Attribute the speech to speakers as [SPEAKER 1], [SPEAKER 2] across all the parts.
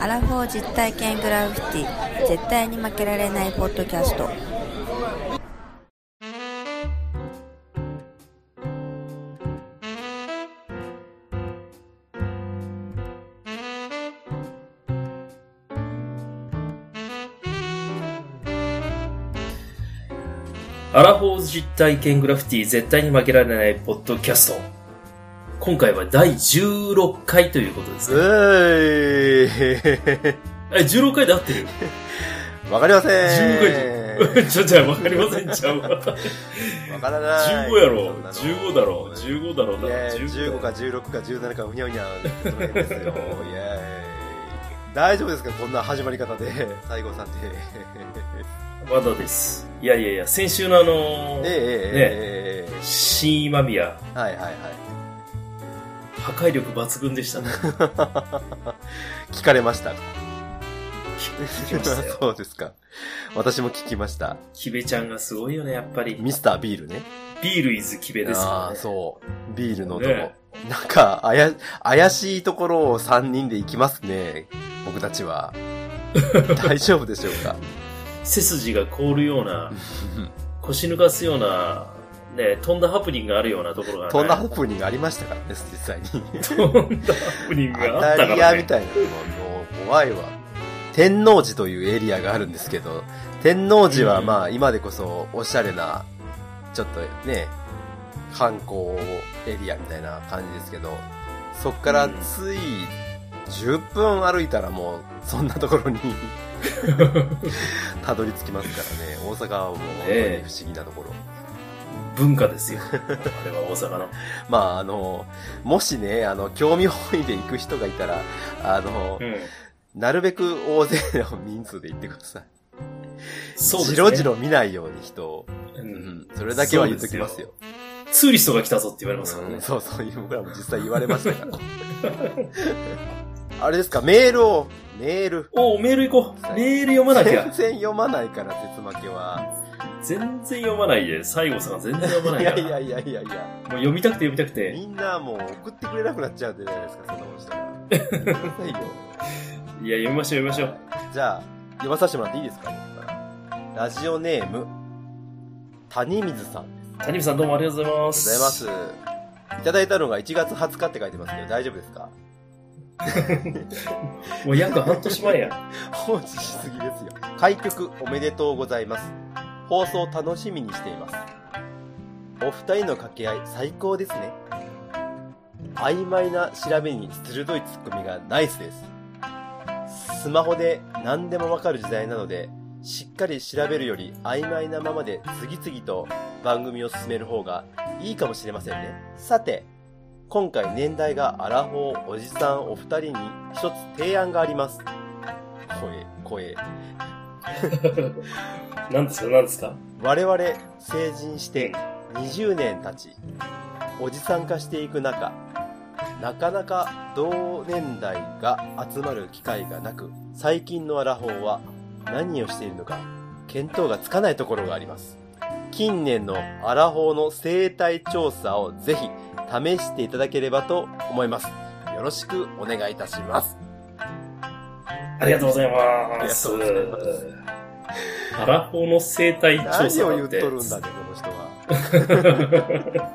[SPEAKER 1] アラフォー実体験グラフィティ絶対に負けられないポッドキャスト
[SPEAKER 2] アラフォー実体験グラフィティ絶対に負けられないポッドキャスト。今回は第16回ということですね。
[SPEAKER 3] う
[SPEAKER 2] え、16回で合ってる
[SPEAKER 3] いわかりません
[SPEAKER 2] ?15 回じゃ、じゃあわかりませんちゃう わ。
[SPEAKER 3] わからない
[SPEAKER 2] 15やろ
[SPEAKER 3] そんな。の
[SPEAKER 2] 15だろ。15だろ。
[SPEAKER 3] いや
[SPEAKER 2] 15
[SPEAKER 3] 15か
[SPEAKER 2] だ
[SPEAKER 3] 16か17かふにゃふにゃその辺ですよイエーイ大丈夫ですかこんな始まり方で西郷さんって
[SPEAKER 2] まだです。いやいやいや、先週のあのー、
[SPEAKER 3] えええええええ
[SPEAKER 2] 新今宮、
[SPEAKER 3] えはいはいはい
[SPEAKER 2] 破壊力抜群でした ね。
[SPEAKER 3] 聞かれました
[SPEAKER 2] 聞きましたよ。
[SPEAKER 3] そうですか私も聞きました
[SPEAKER 2] キベちゃんがすごいよね、やっぱり。
[SPEAKER 3] ミスタービールね
[SPEAKER 2] ビールイズキベです
[SPEAKER 3] あ
[SPEAKER 2] か
[SPEAKER 3] あ、
[SPEAKER 2] らね。
[SPEAKER 3] そう。ビールのとこ。
[SPEAKER 2] ね
[SPEAKER 3] なんか、あや、怪しいところを3人で行きますね。僕たち は。大丈夫でしょう か
[SPEAKER 2] 背筋が凍るような。腰抜かすような、ね、飛んだハプニングがあるようなところが、ね、
[SPEAKER 3] そんなハプニングありましたからね、実際に。
[SPEAKER 2] 飛んだハプニングがあ
[SPEAKER 3] ア
[SPEAKER 2] った
[SPEAKER 3] タ
[SPEAKER 2] か
[SPEAKER 3] リア
[SPEAKER 2] ら、
[SPEAKER 3] み
[SPEAKER 2] ね、
[SPEAKER 3] たいなのももう怖いわ。天王寺というエリアがあるんですけど、天王寺はまあ今でこそおしゃれな、ちょっとね、観光エリアみたいな感じですけど、そっからつい10分歩いたらもうそんなところに たどり着きますからね、大阪はもう本当に不思議なところ。
[SPEAKER 2] 文化ですよ。あれは大阪の。
[SPEAKER 3] まああの、もしね、あの、興味本位で行く人がいたら、あの、
[SPEAKER 2] うん。
[SPEAKER 3] なるべく大勢の人数で行ってください。
[SPEAKER 2] そうですね。
[SPEAKER 3] じろじろ見ないように人を。
[SPEAKER 2] う。
[SPEAKER 3] うんん。それだけは言っときますよ。
[SPEAKER 2] ツーリストが来たぞって言われますから
[SPEAKER 3] う
[SPEAKER 2] ね
[SPEAKER 3] ん。そうそう、僕らも実際言われましたから。 あれですか、メールを、メール。
[SPEAKER 2] おお、メール行こう。メール読まなき
[SPEAKER 3] 全
[SPEAKER 2] ゃ。
[SPEAKER 3] 然読まないから、絶負けは。
[SPEAKER 2] 全然読まないで、西郷さんが全然読まないいか
[SPEAKER 3] や
[SPEAKER 2] ら。
[SPEAKER 3] いやいやいやいや。
[SPEAKER 2] もう読みたくて読みたくて。
[SPEAKER 3] みんなもう送ってくれなくなっちゃうんじゃないですか、そんなことした ら。ごめんなさいよ
[SPEAKER 2] いや、読みましょう、読みましょう。
[SPEAKER 3] じゃあ、読まさせてもらっていいですか、僕からラジオネーム、谷水さん。
[SPEAKER 2] 谷口さんどうもありがとうございま
[SPEAKER 3] ご
[SPEAKER 2] す。
[SPEAKER 3] ざいます。いただいたのが1月20日って書いてますけど、大丈夫ですか
[SPEAKER 2] もう約半年前や。
[SPEAKER 3] 放置しすぎですよ。開局おめでとうございます。放送楽しみにしています。お二人の掛け合い最高ですね。曖昧な調べに鋭いツッコミがナイスです。スマホで何でもわかる時代なので、しっかり調べるより曖昧なままで次々と番組を進める方がいいかもしれませんね。さて、今回年代がアラフォーおじさんお二人に一つ提案があります。声、声。
[SPEAKER 2] 何ですか、何ですか。
[SPEAKER 3] 我々成人して20年経ち、おじさん化していく中、なかなか同年代が集まる機会がなく、最近のアラフォーは何をしているのか、見当がつかないところがあります。近年のアラフォーの生態調査をぜひ試していただければと思います。よろしくお願いいたします。
[SPEAKER 2] ありがとうござい
[SPEAKER 3] あり
[SPEAKER 2] ま
[SPEAKER 3] が
[SPEAKER 2] す
[SPEAKER 3] とうございま。
[SPEAKER 2] アラフォーの生態調
[SPEAKER 3] 何
[SPEAKER 2] 査
[SPEAKER 3] を
[SPEAKER 2] だ
[SPEAKER 3] 言
[SPEAKER 2] っ
[SPEAKER 3] っと
[SPEAKER 2] て。
[SPEAKER 3] るんだね、この人は。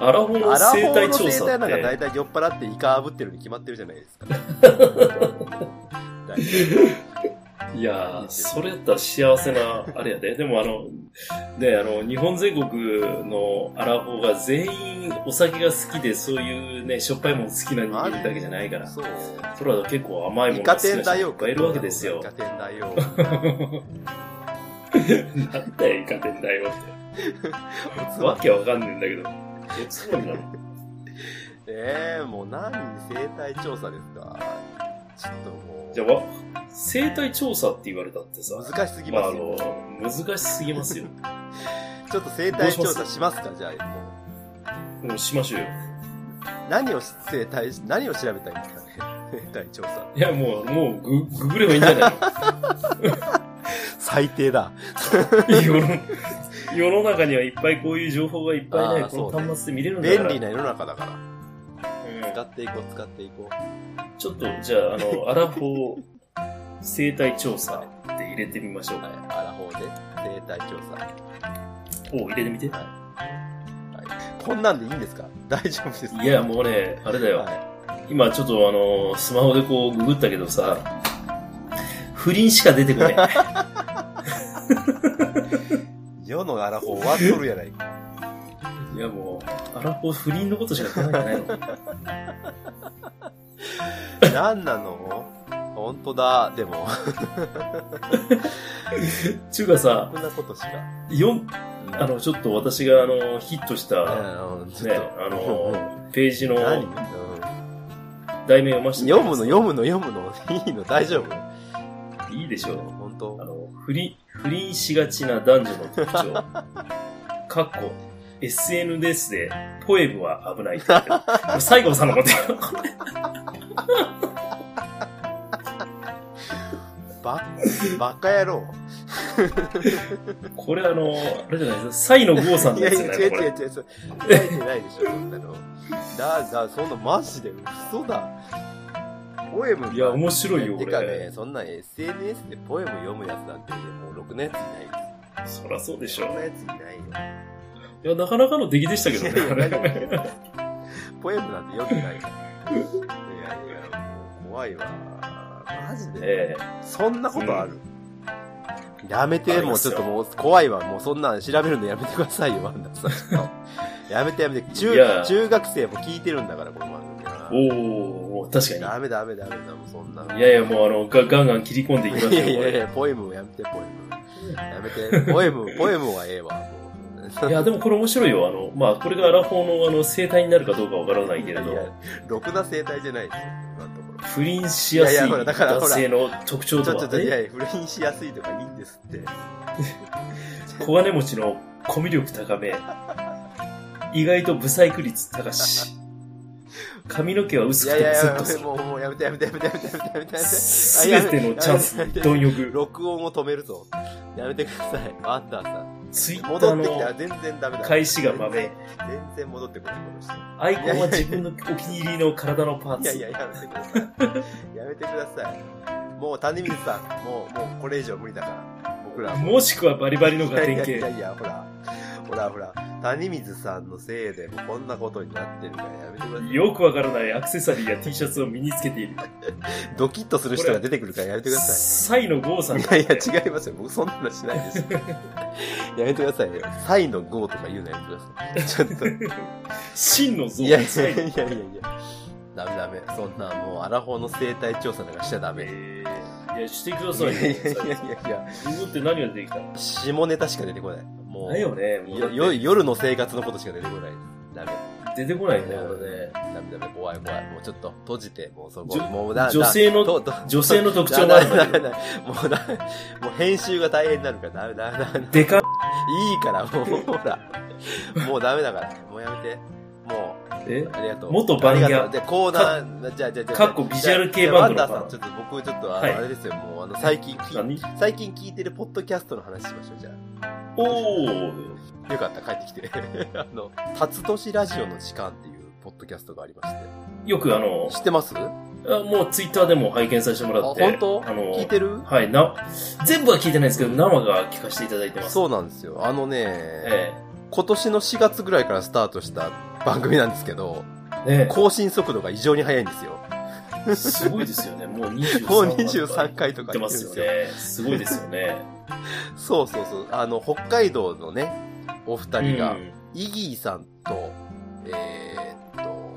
[SPEAKER 2] アラフォーの
[SPEAKER 3] アラフォ
[SPEAKER 2] 生
[SPEAKER 3] ー
[SPEAKER 2] 態
[SPEAKER 3] の
[SPEAKER 2] 調
[SPEAKER 3] 生
[SPEAKER 2] 査
[SPEAKER 3] 態
[SPEAKER 2] っ
[SPEAKER 3] なんか大
[SPEAKER 2] て。
[SPEAKER 3] 体酔っ払ってイカ炙ってるに決まってるじゃないですか。 大体
[SPEAKER 2] いやー、それやったら幸せな、あれやで。でもあの、ね、あの、日本全国のアラフォーが全員お酒が好きで、そういうね、しょっぱいもの好きな人間だけじゃないから。
[SPEAKER 3] そう。
[SPEAKER 2] それは結構甘いも
[SPEAKER 3] イ
[SPEAKER 2] の
[SPEAKER 3] カ
[SPEAKER 2] が好きな
[SPEAKER 3] 天
[SPEAKER 2] 人
[SPEAKER 3] だ
[SPEAKER 2] い
[SPEAKER 3] よ。
[SPEAKER 2] っぱいいるわけですよ
[SPEAKER 3] イ。カ天だよ。
[SPEAKER 2] なんだよ、イカ天だよっ
[SPEAKER 3] おつ
[SPEAKER 2] て。
[SPEAKER 3] ま
[SPEAKER 2] わ
[SPEAKER 3] み
[SPEAKER 2] けわかんねえんだけど。おつまみなの
[SPEAKER 3] えー、もう何生態調査ですか。ちょっともう。
[SPEAKER 2] じゃあわ、生態調査って言われたってさ、
[SPEAKER 3] 難しすぎ
[SPEAKER 2] まあ、
[SPEAKER 3] ま
[SPEAKER 2] あ
[SPEAKER 3] すよ。
[SPEAKER 2] の、難しすぎますよ。
[SPEAKER 3] ちょっと生態調査しますかじゃあ、もう。
[SPEAKER 2] も うしましょうよ。
[SPEAKER 3] 何を生態、何を調べたいんですかね 生態調査。
[SPEAKER 2] いや、もう、もうグ、ググればいいんじゃない
[SPEAKER 3] 最低だ。
[SPEAKER 2] の世の世の中にはいっぱいこういう情報がいっぱい
[SPEAKER 3] あ
[SPEAKER 2] ね、
[SPEAKER 3] ー
[SPEAKER 2] こ
[SPEAKER 3] そうね
[SPEAKER 2] の端末で見れるんだか
[SPEAKER 3] 便
[SPEAKER 2] ら。
[SPEAKER 3] 利な世の中だから。使っていこう、使っていこう。
[SPEAKER 2] ちょっと、じゃあ、あの、アラフォー生態調査って入れてみましょう
[SPEAKER 3] はい
[SPEAKER 2] か。、
[SPEAKER 3] アラフォーで、生態調査。
[SPEAKER 2] お入れてみて。
[SPEAKER 3] はい。こんなんでいいんですか 大丈夫ですか
[SPEAKER 2] いや、もうね、あれだよ。
[SPEAKER 3] は
[SPEAKER 2] 今ちょっとあの、スマホでこうググったけどさ、不倫しか出て こない。
[SPEAKER 3] い、世のアラフォーは取るやない か。
[SPEAKER 2] いやもう、アラフォー不倫のことしか出てこないんじゃないの
[SPEAKER 3] なんなの本当だ、でも。
[SPEAKER 2] ちゅうかさ、
[SPEAKER 3] こんなことしか。
[SPEAKER 2] よ
[SPEAKER 3] うん
[SPEAKER 2] あ、の、ちょっと私があの、ヒットし
[SPEAKER 3] う
[SPEAKER 2] た、
[SPEAKER 3] んうんちょ
[SPEAKER 2] ね、
[SPEAKER 3] っと、
[SPEAKER 2] あの、ページの
[SPEAKER 3] 何、うん
[SPEAKER 2] 題名を読ませて
[SPEAKER 3] 読むの、読
[SPEAKER 2] む
[SPEAKER 3] むの、読むの。いいの、大丈夫
[SPEAKER 2] いいでしょう。
[SPEAKER 3] 本
[SPEAKER 2] あ
[SPEAKER 3] 当
[SPEAKER 2] の、不倫、不倫しがちな男女の特 徴。かっこ、SNS で、ポエムは危ないって言ってる。これ西郷さんのことよ。
[SPEAKER 3] ババカ野郎。
[SPEAKER 2] これあの、あれじゃないですか。サイの郷さん
[SPEAKER 3] い
[SPEAKER 2] の
[SPEAKER 3] や
[SPEAKER 2] や
[SPEAKER 3] い
[SPEAKER 2] つ
[SPEAKER 3] や、
[SPEAKER 2] じゃない
[SPEAKER 3] 違う
[SPEAKER 2] のこ
[SPEAKER 3] 違
[SPEAKER 2] れ
[SPEAKER 3] う。違う。そう書いてないでしょ、そんなの。だ、だ、そんなマジで嘘だ。ポエム
[SPEAKER 2] いや、面白いよ、こ
[SPEAKER 3] てか
[SPEAKER 2] れ。
[SPEAKER 3] ね、そんな SNS でポエム読むやつなんて、もうろくなやついないよ。
[SPEAKER 2] そらそうでしょ
[SPEAKER 3] ろく。なやついないよ。
[SPEAKER 2] いや、なかなかの出来でしたけど
[SPEAKER 3] いやいや
[SPEAKER 2] ね。
[SPEAKER 3] 大丈夫ポエムなんて読んでないよ。いやいや、もう怖いわ。マジで。
[SPEAKER 2] え
[SPEAKER 3] そんなことある、やめ
[SPEAKER 2] あ
[SPEAKER 3] て、
[SPEAKER 2] り
[SPEAKER 3] も
[SPEAKER 2] ま
[SPEAKER 3] うち
[SPEAKER 2] す
[SPEAKER 3] ょっ
[SPEAKER 2] よ
[SPEAKER 3] ともう怖いわ。もうそんなん調べるのやめてくださいよ、アンダーさんちょっ と。やめてやめて。
[SPEAKER 2] いや
[SPEAKER 3] 中、中学生も聞いてるんだから、この番組
[SPEAKER 2] え
[SPEAKER 3] は。
[SPEAKER 2] おお確か
[SPEAKER 3] ダメダメダメだ、もうそんなの。
[SPEAKER 2] に。いやいや、もうあの、ガガンガン切り込んでいきましょう、こ
[SPEAKER 3] いやいやい
[SPEAKER 2] れ。
[SPEAKER 3] や、ポエムをやめて、ポエム。やめて、ポエム、ポエムはええわ、もう。
[SPEAKER 2] いや、でもこれ面白いよ。あの、まあ、これがアラフォーのあの、生態になるかどうかわからないけれど
[SPEAKER 3] い、や、ろくな生態じゃないですよ、今のところ。
[SPEAKER 2] 不倫しやすい
[SPEAKER 3] いやいやほらだからほら
[SPEAKER 2] 男性の特徴
[SPEAKER 3] ち
[SPEAKER 2] と
[SPEAKER 3] ょちょ
[SPEAKER 2] は
[SPEAKER 3] ちょ、いや
[SPEAKER 2] ね、
[SPEAKER 3] いや、不倫しやすいとかいいんですって。
[SPEAKER 2] 小金持ちのコミュ力高め、意外と不細工率高し、髪の毛は薄
[SPEAKER 3] い
[SPEAKER 2] く
[SPEAKER 3] やい
[SPEAKER 2] てもセ
[SPEAKER 3] やい
[SPEAKER 2] ットす
[SPEAKER 3] や、
[SPEAKER 2] る
[SPEAKER 3] もう、もうやめてやめてやめてやめてやめてやめてやめて。。
[SPEAKER 2] すべてのチャンスに貪欲。
[SPEAKER 3] 録音を止めるぞ。やめてください。アンダーさん。
[SPEAKER 2] ツイッター
[SPEAKER 3] 戻ってきたら
[SPEAKER 2] の
[SPEAKER 3] 全然ダメだ。
[SPEAKER 2] 開始が豆。
[SPEAKER 3] 全然。全然戻ってこない、この人。
[SPEAKER 2] アイコンは自分のお気に入りの体のパー
[SPEAKER 3] いやい
[SPEAKER 2] ツ。
[SPEAKER 3] や、やめてください。やめてください。もう、谷水さん、もう、もうこれ以上無理だから。僕らはもう。
[SPEAKER 2] もしくはバリバリの
[SPEAKER 3] い
[SPEAKER 2] ガ
[SPEAKER 3] や
[SPEAKER 2] テ
[SPEAKER 3] い
[SPEAKER 2] ン
[SPEAKER 3] やいや
[SPEAKER 2] 系。
[SPEAKER 3] いや、ほら。ほらほら。谷水さんのせいで、もうこんなことになってるからやめてください。
[SPEAKER 2] よくわからないアクセサリーや T シャツを身につけている。
[SPEAKER 3] ドキッとする人が出てくるからやめてください。
[SPEAKER 2] サイのゴーさん
[SPEAKER 3] い
[SPEAKER 2] だ
[SPEAKER 3] やいや、違いますよ。僕そんなのしないですよ。 やめてくださいよ。サイのゴーとか言うのやめてください。ちょっと。
[SPEAKER 2] 真の像
[SPEAKER 3] いやい
[SPEAKER 2] サ
[SPEAKER 3] や
[SPEAKER 2] イ
[SPEAKER 3] い
[SPEAKER 2] の
[SPEAKER 3] やいやいや。ダメダメ。そんなもうアラフォーの生態調査なんかしちゃダメ。い
[SPEAKER 2] えーいや、してくださ
[SPEAKER 3] や
[SPEAKER 2] い
[SPEAKER 3] い
[SPEAKER 2] よ。
[SPEAKER 3] やいやいやいや、
[SPEAKER 2] ググって何が出てきたの
[SPEAKER 3] 下ネタしか出てこない。も
[SPEAKER 2] だ
[SPEAKER 3] う、
[SPEAKER 2] よね、もうだ
[SPEAKER 3] よ
[SPEAKER 2] って
[SPEAKER 3] よ夜の生活のことしか出てこない。ダメ。
[SPEAKER 2] 出てこない
[SPEAKER 3] ダ
[SPEAKER 2] ん
[SPEAKER 3] メ
[SPEAKER 2] だよ、これね。
[SPEAKER 3] ダメダメ、怖い怖い。もうちょっと閉じて、もうそこ。
[SPEAKER 2] じょ
[SPEAKER 3] もうだ
[SPEAKER 2] 女性の
[SPEAKER 3] とと
[SPEAKER 2] 女性の特徴があ
[SPEAKER 3] ダ
[SPEAKER 2] る
[SPEAKER 3] メ
[SPEAKER 2] んだ
[SPEAKER 3] ダ
[SPEAKER 2] け
[SPEAKER 3] メ
[SPEAKER 2] ど。
[SPEAKER 3] ダメ。もうだ、もう編集が大変になるからダメダメダメ。
[SPEAKER 2] でかっ
[SPEAKER 3] いいから、もう、ほら。もうダメだから。もうやめて。もう、
[SPEAKER 2] え
[SPEAKER 3] ありがとう。
[SPEAKER 2] 元バンギャ
[SPEAKER 3] ありがとうで、コーナー、じゃあじゃあじゃあ
[SPEAKER 2] かっこビジュアル系バンド
[SPEAKER 3] じゃ
[SPEAKER 2] の
[SPEAKER 3] あワンダーさん、ちょっと僕、ちょっと、あの
[SPEAKER 2] はい
[SPEAKER 3] あれですよ、もう、あの、最近聞い
[SPEAKER 2] 何
[SPEAKER 3] 最近聞いてるポッドキャストの話しましょう、じゃ
[SPEAKER 2] おー
[SPEAKER 3] あ。よかった、帰ってきて。 あの、タツ年ラジオの時間っていうポッドキャスト がありまして。
[SPEAKER 2] よくあの、
[SPEAKER 3] 知ってますあ、
[SPEAKER 2] あもうツイッターでも拝見させてもらって。
[SPEAKER 3] 本当
[SPEAKER 2] あの
[SPEAKER 3] 聞いてる
[SPEAKER 2] はい、な、全部は聞いてないですけど、生が聞かせていただいてます。
[SPEAKER 3] そうなんですよ。あのね、
[SPEAKER 2] え
[SPEAKER 3] 今年の4月ぐらいからスタートした番組なんですけど、
[SPEAKER 2] え。ね
[SPEAKER 3] 更新速度が異常に速いんですよ。
[SPEAKER 2] えすごいですよね。もう23
[SPEAKER 3] もう23回と
[SPEAKER 2] 言っ
[SPEAKER 3] か
[SPEAKER 2] て
[SPEAKER 3] 言
[SPEAKER 2] ま
[SPEAKER 3] ってるん
[SPEAKER 2] すよ
[SPEAKER 3] ですよ。
[SPEAKER 2] ね。すごいですよね。
[SPEAKER 3] そうそうそう。あの、北海道のね、お二人が、
[SPEAKER 2] うん
[SPEAKER 3] イギーさんと、えーっと、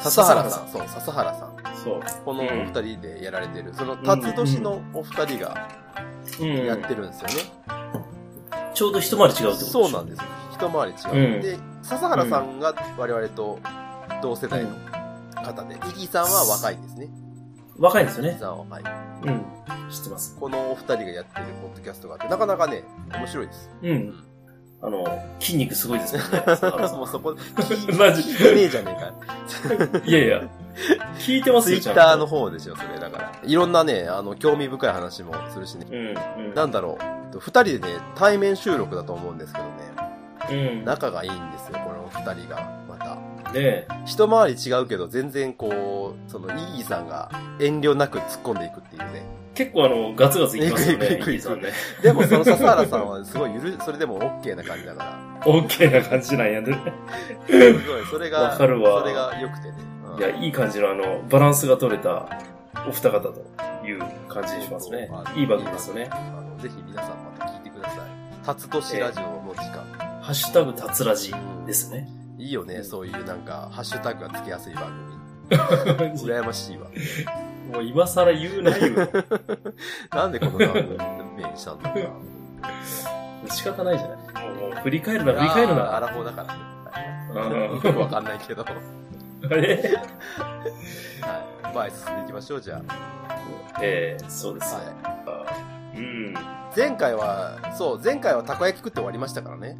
[SPEAKER 3] 笹原さん、そう、笹原さん。
[SPEAKER 2] そう。
[SPEAKER 3] このお二人でやられてる、その、辰年のお二人が
[SPEAKER 2] うん
[SPEAKER 3] やってるんですよね。
[SPEAKER 2] ちょうど一回り違うってこと
[SPEAKER 3] そうなん
[SPEAKER 2] で
[SPEAKER 3] ですよ。一回り違う。
[SPEAKER 2] うん
[SPEAKER 3] で、笹原さんが我々と同世代の方で、イギーさんは若いですね。
[SPEAKER 2] す。若いんですよ
[SPEAKER 3] イギー
[SPEAKER 2] ね。
[SPEAKER 3] さんは若い。
[SPEAKER 2] うん。知ってます。
[SPEAKER 3] このお二人がやってるポッドキャストがあって、なかなかね、面白いです。
[SPEAKER 2] うん。あの、筋肉すごいですもんね。
[SPEAKER 3] もうそ こ、聞い
[SPEAKER 2] マジ
[SPEAKER 3] 聞いてねえじゃねえか。
[SPEAKER 2] いやいや、聞いてます
[SPEAKER 3] ツイ
[SPEAKER 2] よ、ちゃ
[SPEAKER 3] ッ
[SPEAKER 2] ん
[SPEAKER 3] ターの
[SPEAKER 2] と。
[SPEAKER 3] 方ですよ、それ。だから。いろんなね、あの、興味深い話もするしね。
[SPEAKER 2] うん、うん。
[SPEAKER 3] なんだろう。二人でね、対面収録だと思うんですけどね。
[SPEAKER 2] うん。
[SPEAKER 3] 仲がいいんですよ、この二人が。また。
[SPEAKER 2] ね
[SPEAKER 3] 一回り違うけど、全然こう、その、イギーさんが遠慮なく突っ込んでいくっていうね。
[SPEAKER 2] 結構あの、ガツガツいきますよね、
[SPEAKER 3] いくい
[SPEAKER 2] イ
[SPEAKER 3] くいく
[SPEAKER 2] ギさんね。
[SPEAKER 3] でもその笹原さんはすごいゆる、それでも OK な感じだから。
[SPEAKER 2] オッケーな感じなんやね。
[SPEAKER 3] すごい、それが、
[SPEAKER 2] わかるわ
[SPEAKER 3] それが良くてね。うん
[SPEAKER 2] いや、いい感じのあの、バランスが取れたお二方という感じにしますね。いい番組ですよね。
[SPEAKER 3] あのぜひ皆さんまた聞いてください。タツとしラジオの時間。
[SPEAKER 2] ハッシュタグ、たつらじで
[SPEAKER 3] です
[SPEAKER 2] すね。
[SPEAKER 3] いいよね、そういうなんか、ハッシュタグがつけやすい番組。
[SPEAKER 2] も
[SPEAKER 3] 羨ましいわ。
[SPEAKER 2] う今更言うなよ。
[SPEAKER 3] なんでこの番組名にしたんだ ろうな。
[SPEAKER 2] 仕方ないじゃない。もうもう振り返るな、振り返る
[SPEAKER 3] あーアラ
[SPEAKER 2] な。
[SPEAKER 3] フォーだから
[SPEAKER 2] うん
[SPEAKER 3] ね。よくわかんないけ ど。はい。
[SPEAKER 2] え
[SPEAKER 3] 前進んでいきましょう、じゃ
[SPEAKER 2] えーそうで
[SPEAKER 3] あ。
[SPEAKER 2] すね。
[SPEAKER 3] は
[SPEAKER 2] うん。
[SPEAKER 3] い。前回は、そう、前回はたこ焼き食って終わりましたからね。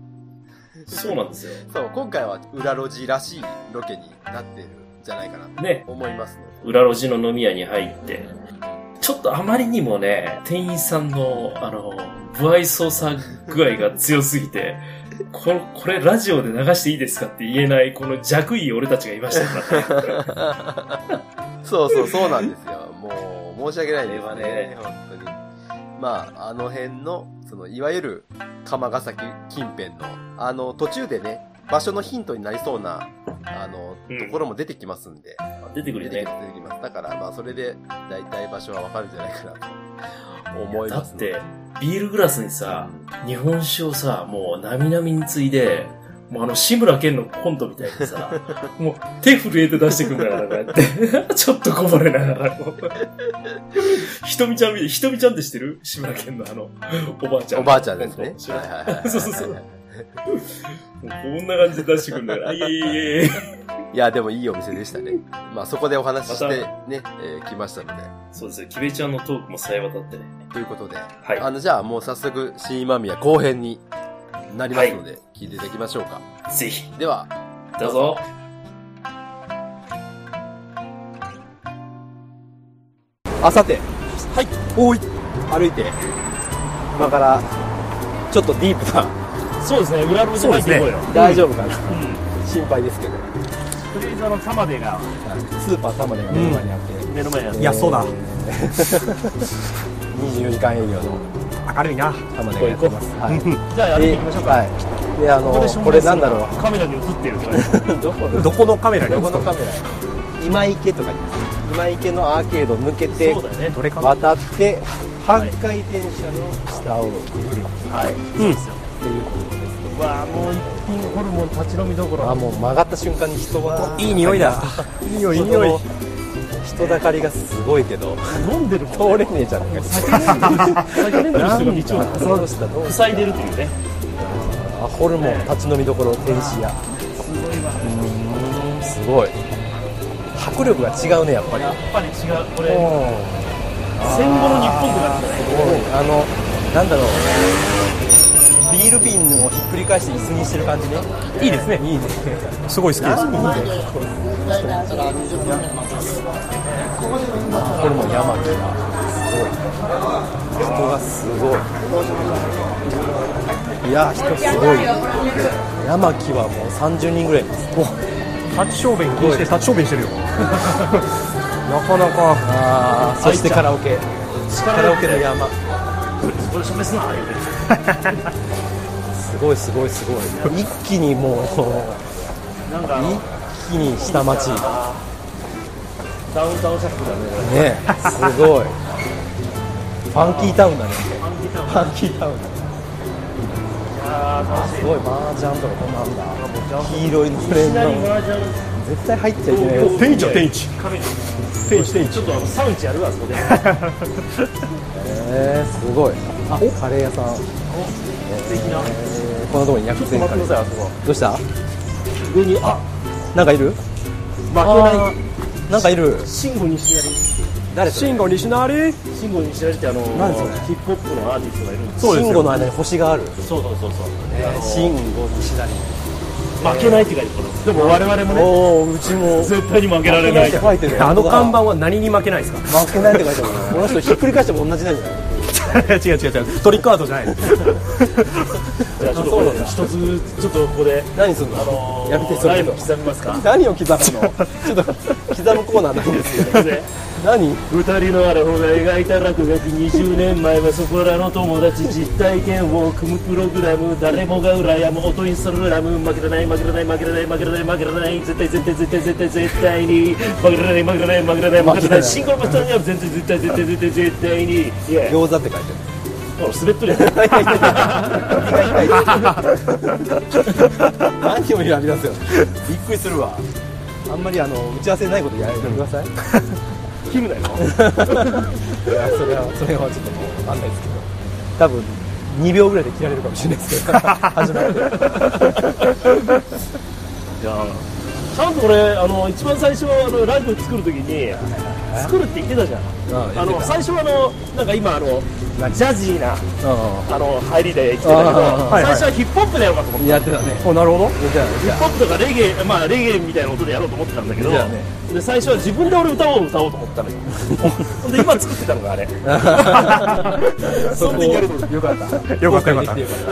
[SPEAKER 2] そうなんですよ。
[SPEAKER 3] そう、今回は裏路地らしいロケになってるんじゃないかなと
[SPEAKER 2] ね。
[SPEAKER 3] 思いますの
[SPEAKER 2] 裏路地の飲み屋に入って、ちょっとあまりにもね、店員さんの、あの、不愛想さ具合が強すぎて、ここれラジオで流していいですかって言えない、この弱い俺たちがいましたからね。
[SPEAKER 3] で。 そうそう、そうなんですよ。もう、申し訳ないです
[SPEAKER 2] こ
[SPEAKER 3] ね。
[SPEAKER 2] れ
[SPEAKER 3] 本当に。まあ、あの辺の、その、いわゆる、鎌ヶ崎近辺の、あの、途中でね、場所のヒントになりそうな、あの、
[SPEAKER 2] うん
[SPEAKER 3] ところも出てきますんで。
[SPEAKER 2] 出てく
[SPEAKER 3] 出
[SPEAKER 2] る
[SPEAKER 3] てき
[SPEAKER 2] ね。
[SPEAKER 3] ます、出てきます。だから、まあ、それで、大体場所はわかるんじゃないかなと思い
[SPEAKER 2] だ
[SPEAKER 3] ま
[SPEAKER 2] っ
[SPEAKER 3] す、
[SPEAKER 2] て、ビールグラスにさ、日本酒をさ、もう、なみなみについで、もうあの、志村けんのコントみたいに さ、もう、手震えて出してくんだから、こうやって。 ちょっとこぼれながら、こう。ひとみちゃんみたい、ひとみちゃんって知ってる志村けんのあの、おばあちゃん。
[SPEAKER 3] おばあちゃんですね。
[SPEAKER 2] そう
[SPEAKER 3] はいはいはいはいは い。
[SPEAKER 2] そうそうそうもうこんな感じで出してくんだ から、あいえいえいえ。
[SPEAKER 3] いや、でもいいお店でしたね。まあ、そこでお話ししてね、えー来ましたので。
[SPEAKER 2] そうですよ、キベちゃんのトークもさえ渡ってね。
[SPEAKER 3] ということで、
[SPEAKER 2] はい。
[SPEAKER 3] あの、じゃあもう早速、新今宮後編になりますので、聞いていただきましょうか。
[SPEAKER 2] ぜひ、
[SPEAKER 3] では、
[SPEAKER 2] どうぞ。
[SPEAKER 4] あさて、はい、おい、歩いて、今から、ちょっとディープな、
[SPEAKER 5] そうですね、裏路地入っていこうよ。
[SPEAKER 4] 大丈夫かな、心配ですけど、
[SPEAKER 5] とりあえずあの、玉出が
[SPEAKER 4] スーパー玉で目の前にあって、
[SPEAKER 5] 目の前にあって
[SPEAKER 4] いや、そうだ、24時間営業の
[SPEAKER 5] 明るいな。
[SPEAKER 4] 玉でやってます。はい、
[SPEAKER 5] じゃあ、やっていきましょうか。
[SPEAKER 4] はい、で、あの、これなんだろ
[SPEAKER 5] う。カメラに映ってるとかね。
[SPEAKER 4] う、どこどこのカメラどこのカメラ今池とかに、今池のアーケード抜けて、
[SPEAKER 5] そうだよね。どれか
[SPEAKER 4] 渡って、半回転車の下を来る。はい、うん、っていうことですね。
[SPEAKER 5] わあ、もう一品ホルモン立ち飲みどころ。
[SPEAKER 4] あもう曲がった瞬間に人は。
[SPEAKER 5] いい匂いだ
[SPEAKER 4] いい匂いいい匂い人だかりがすごいけど
[SPEAKER 5] 飲んでるもん
[SPEAKER 4] 通れねえじゃん
[SPEAKER 5] 酒飲んでる人が道を
[SPEAKER 4] そうでしたどう
[SPEAKER 5] 塞いでるというね。
[SPEAKER 4] あホルモン立ち飲みどころ天使屋すごいわすごい迫力が違うねやっぱり
[SPEAKER 5] やっぱり違う。これ、
[SPEAKER 4] うん
[SPEAKER 5] 戦後の日本って感じだね。
[SPEAKER 4] あのなんだろうビール瓶をひっくり返して椅子にしてる感じねいいですねいいねすごい好きですホルモン山木がすごい人がすごいいや人すごい山木はもう30人ぐらいいます
[SPEAKER 6] 立ち小便気にして立ち小便してるよ
[SPEAKER 4] なかなかあーそしてカラオケカラオケの山
[SPEAKER 5] これ、示すな、言うて。
[SPEAKER 4] すごいすごいすごい一気にもう
[SPEAKER 5] なんかあの、
[SPEAKER 4] 一気に下町
[SPEAKER 5] ダウンタウンシャッフルだね、こ
[SPEAKER 4] ねすごいファンキータウンだね
[SPEAKER 5] れ。ファンキータウン
[SPEAKER 4] ファンキータウンだね
[SPEAKER 5] あー、楽しい。
[SPEAKER 4] すごい麻雀とかこんなんだ
[SPEAKER 5] い
[SPEAKER 4] 黄色いのフレ
[SPEAKER 5] き
[SPEAKER 4] ン
[SPEAKER 5] なり
[SPEAKER 4] ド
[SPEAKER 5] マージャン
[SPEAKER 4] 絶対入っちゃいけないやつ
[SPEAKER 6] 天一よ天一
[SPEAKER 5] カメラ
[SPEAKER 6] 天一天一
[SPEAKER 5] ちょっとあの、サウンチやるわ、そこで。
[SPEAKER 4] えー、すごいあカレー屋さん、
[SPEAKER 5] 素敵な。
[SPEAKER 4] えー、このとこに
[SPEAKER 5] ち
[SPEAKER 4] 薬
[SPEAKER 5] ょ
[SPEAKER 4] 膳
[SPEAKER 5] っ
[SPEAKER 4] カ
[SPEAKER 5] と
[SPEAKER 4] レ
[SPEAKER 5] 待ってください、
[SPEAKER 4] ー
[SPEAKER 5] あそこ。
[SPEAKER 4] どうした
[SPEAKER 5] 上に、あ、
[SPEAKER 4] なんかいる
[SPEAKER 5] 負
[SPEAKER 4] なんかいる
[SPEAKER 5] けない。ゴにしなり。
[SPEAKER 4] 誰シンゴ西成
[SPEAKER 5] シンゴに知られてあの
[SPEAKER 4] 何それ
[SPEAKER 5] ヒップホップのアーティストがいるんです
[SPEAKER 4] シンゴの間に星がある
[SPEAKER 5] そうそうそうそう、
[SPEAKER 4] シンゴ西成
[SPEAKER 5] 負けないって書いてあるでも我々もね
[SPEAKER 4] おおうちも
[SPEAKER 5] 絶対に負けられない
[SPEAKER 4] 負けないって書いてる
[SPEAKER 6] あの看板は何に負けないですか
[SPEAKER 4] 負けないって書いてあるこ の人ひっくり返しても同じなんじゃない
[SPEAKER 6] 違う違う違うトリックアウトじゃない
[SPEAKER 5] じゃあちょっとこれ一つちょっとここで
[SPEAKER 4] 何すんの
[SPEAKER 5] あのー、
[SPEAKER 4] やめてそれ
[SPEAKER 5] ライブ刻みますか
[SPEAKER 4] 何を刻むのちょっと刻むコーナーないんですよ何
[SPEAKER 5] 二人のアラフォーが描いた落書き20年前はそこらの友達実体験を組むプログラム誰もが羨む音インストラム負けらない負けらない負けらない負けらない負けらない絶対絶対絶対絶対絶対に負けられない負けられない負けられない負けられないシングルマスターには全然絶対絶対絶対絶対にいや
[SPEAKER 4] 餃子って書いて
[SPEAKER 5] ほら滑っとるやん
[SPEAKER 4] ある何を選び出すよびっくりするわあんまりあの打ち合わせないことやめてください
[SPEAKER 5] 切るな よ
[SPEAKER 4] いやそれはそれはちょっともう分かんないですけど多分2秒ぐらいで切られるかもしれないですけど始まる
[SPEAKER 5] いやちゃんと俺あの一番最初あのライブ作るときに作るって言ってたじゃんあの最初はあのなんか今あのジャジーなあの入りで来てたけど、
[SPEAKER 4] あ
[SPEAKER 6] はいはい
[SPEAKER 5] 最初はヒップホップでやろうかと思って、
[SPEAKER 4] やってたね
[SPEAKER 6] おなるほど
[SPEAKER 4] やってたね
[SPEAKER 5] ヒップホップとかレゲエ、まあ、レゲエみたいな音でやろうと思ってたんだけど、
[SPEAKER 4] いやね
[SPEAKER 5] で最初は自分で俺歌おう歌おうと思ったのよほ んで今作ってたのがあれそんなにやると
[SPEAKER 4] よかった
[SPEAKER 6] よかったよか
[SPEAKER 4] よか
[SPEAKER 6] った
[SPEAKER 4] ったよかったですね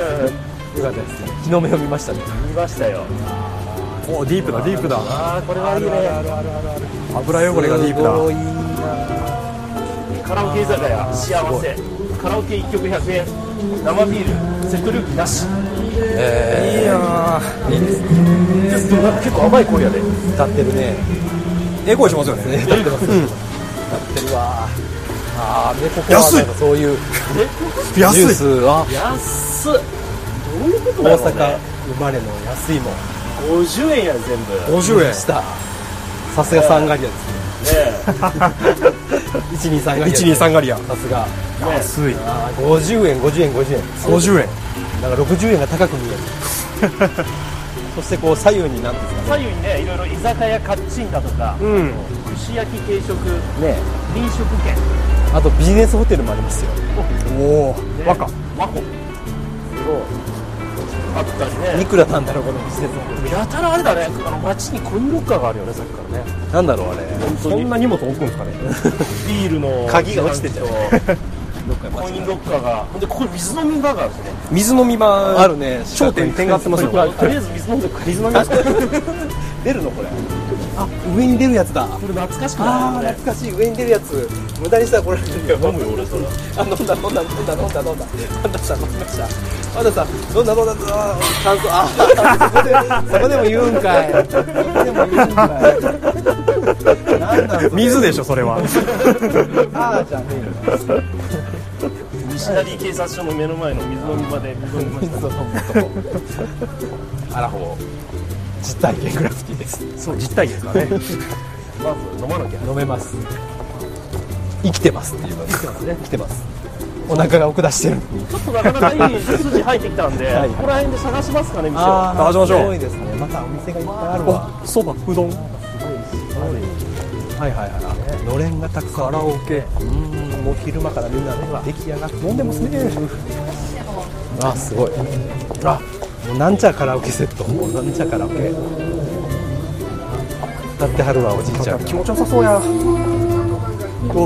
[SPEAKER 4] 日の目を見ましたね
[SPEAKER 5] 見ましたよ
[SPEAKER 6] おディープだディープだ
[SPEAKER 5] ああこれはいいね
[SPEAKER 6] 油汚れがディープだ
[SPEAKER 4] すごいな
[SPEAKER 5] カラオケ居酒屋幸せカラオケ1曲100円生ビールセット料金なし
[SPEAKER 4] え
[SPEAKER 5] でもなんか結構甘い声やで
[SPEAKER 4] ー、歌ってるね
[SPEAKER 6] エコーしますよね
[SPEAKER 4] 歌ってますよ、歌ってるわあーでここは
[SPEAKER 6] 安い
[SPEAKER 4] なんかそういう
[SPEAKER 6] 安
[SPEAKER 4] ジュー
[SPEAKER 6] い
[SPEAKER 4] スは
[SPEAKER 5] 安っどういうことだ
[SPEAKER 4] 大
[SPEAKER 5] ろう、
[SPEAKER 4] 阪
[SPEAKER 5] ね、
[SPEAKER 4] 生まれの安いもん
[SPEAKER 5] 50円や全部ね
[SPEAKER 6] 50円
[SPEAKER 4] したさすがサンガリアです
[SPEAKER 5] え
[SPEAKER 4] 123ガリアです
[SPEAKER 6] 123ガリア
[SPEAKER 4] さすが
[SPEAKER 5] ね
[SPEAKER 6] 安い
[SPEAKER 4] あー50円50円50円
[SPEAKER 6] 50円
[SPEAKER 4] なんか60円が高く見える そしてこう左右になんていうんですか
[SPEAKER 5] 左右にねいろいろ居酒屋カッチンだとか
[SPEAKER 6] うん
[SPEAKER 5] 串焼き定食
[SPEAKER 4] ね
[SPEAKER 5] 飲食券
[SPEAKER 4] あとビジネスホテルもありますよ
[SPEAKER 6] おお
[SPEAKER 5] ね
[SPEAKER 6] 和歌
[SPEAKER 5] 和子すごいあったり
[SPEAKER 4] い
[SPEAKER 5] ね
[SPEAKER 4] くらなんだろうこの施設の
[SPEAKER 5] やたらあれだねあの街にコインロッカーがあるよねさっきからね
[SPEAKER 4] なんだろうあれ
[SPEAKER 5] 本当
[SPEAKER 6] そん
[SPEAKER 5] に
[SPEAKER 6] な荷物置くんですかね
[SPEAKER 5] ビールの
[SPEAKER 4] 鍵が落ちてんじゃん
[SPEAKER 5] コインロッカーがほんでここに水飲み場があるんですね
[SPEAKER 6] 水飲み場
[SPEAKER 4] あるね
[SPEAKER 6] 頂点点がってますよ
[SPEAKER 5] まあとりあえず水飲んでくれ水飲み
[SPEAKER 4] ます
[SPEAKER 5] これ
[SPEAKER 4] 出るのこれあ上に出るやつだ
[SPEAKER 5] 懐かしく
[SPEAKER 4] あ
[SPEAKER 5] ない
[SPEAKER 4] ー懐かしい上に出るやつ無駄にしたらこれるよ
[SPEAKER 5] 飲むよ俺それ
[SPEAKER 4] あ飲んだ飲んだ飲んだ飲んだ飲んだパンダさん飲みましたパンダさん飲んだ飲んだ飲んだ感想あーそこでそこでも言うんかいそこでも言うんかいなんだ ろう
[SPEAKER 6] 水でしょそれは
[SPEAKER 4] あーじゃねえよ
[SPEAKER 5] 西成警察署の目の前の水飲み場で水飲みました
[SPEAKER 4] そのアラホ実体験グラフィティです
[SPEAKER 6] そう実体ですからね
[SPEAKER 5] まず飲まなきゃ
[SPEAKER 4] 飲めます生きてますっていうの生きてますお腹が奥出してる
[SPEAKER 5] ちょっとなかなかいい筋入ってきたんで、
[SPEAKER 4] はい
[SPEAKER 5] ここら辺で探しますかね店を
[SPEAKER 6] ー探しましょう
[SPEAKER 4] すごいですねまたお店がいっぱいあるわ
[SPEAKER 6] おそばうどん
[SPEAKER 4] はいはいはいのれんがたくさんカラオケうんもう昼間からみんな出来上がって飲んでますねあすごいあもうなんちゃカラオケセットもうなんちゃカラオケ歌ってはるわおじいちゃんが
[SPEAKER 6] 気持ちよさそうやおデュ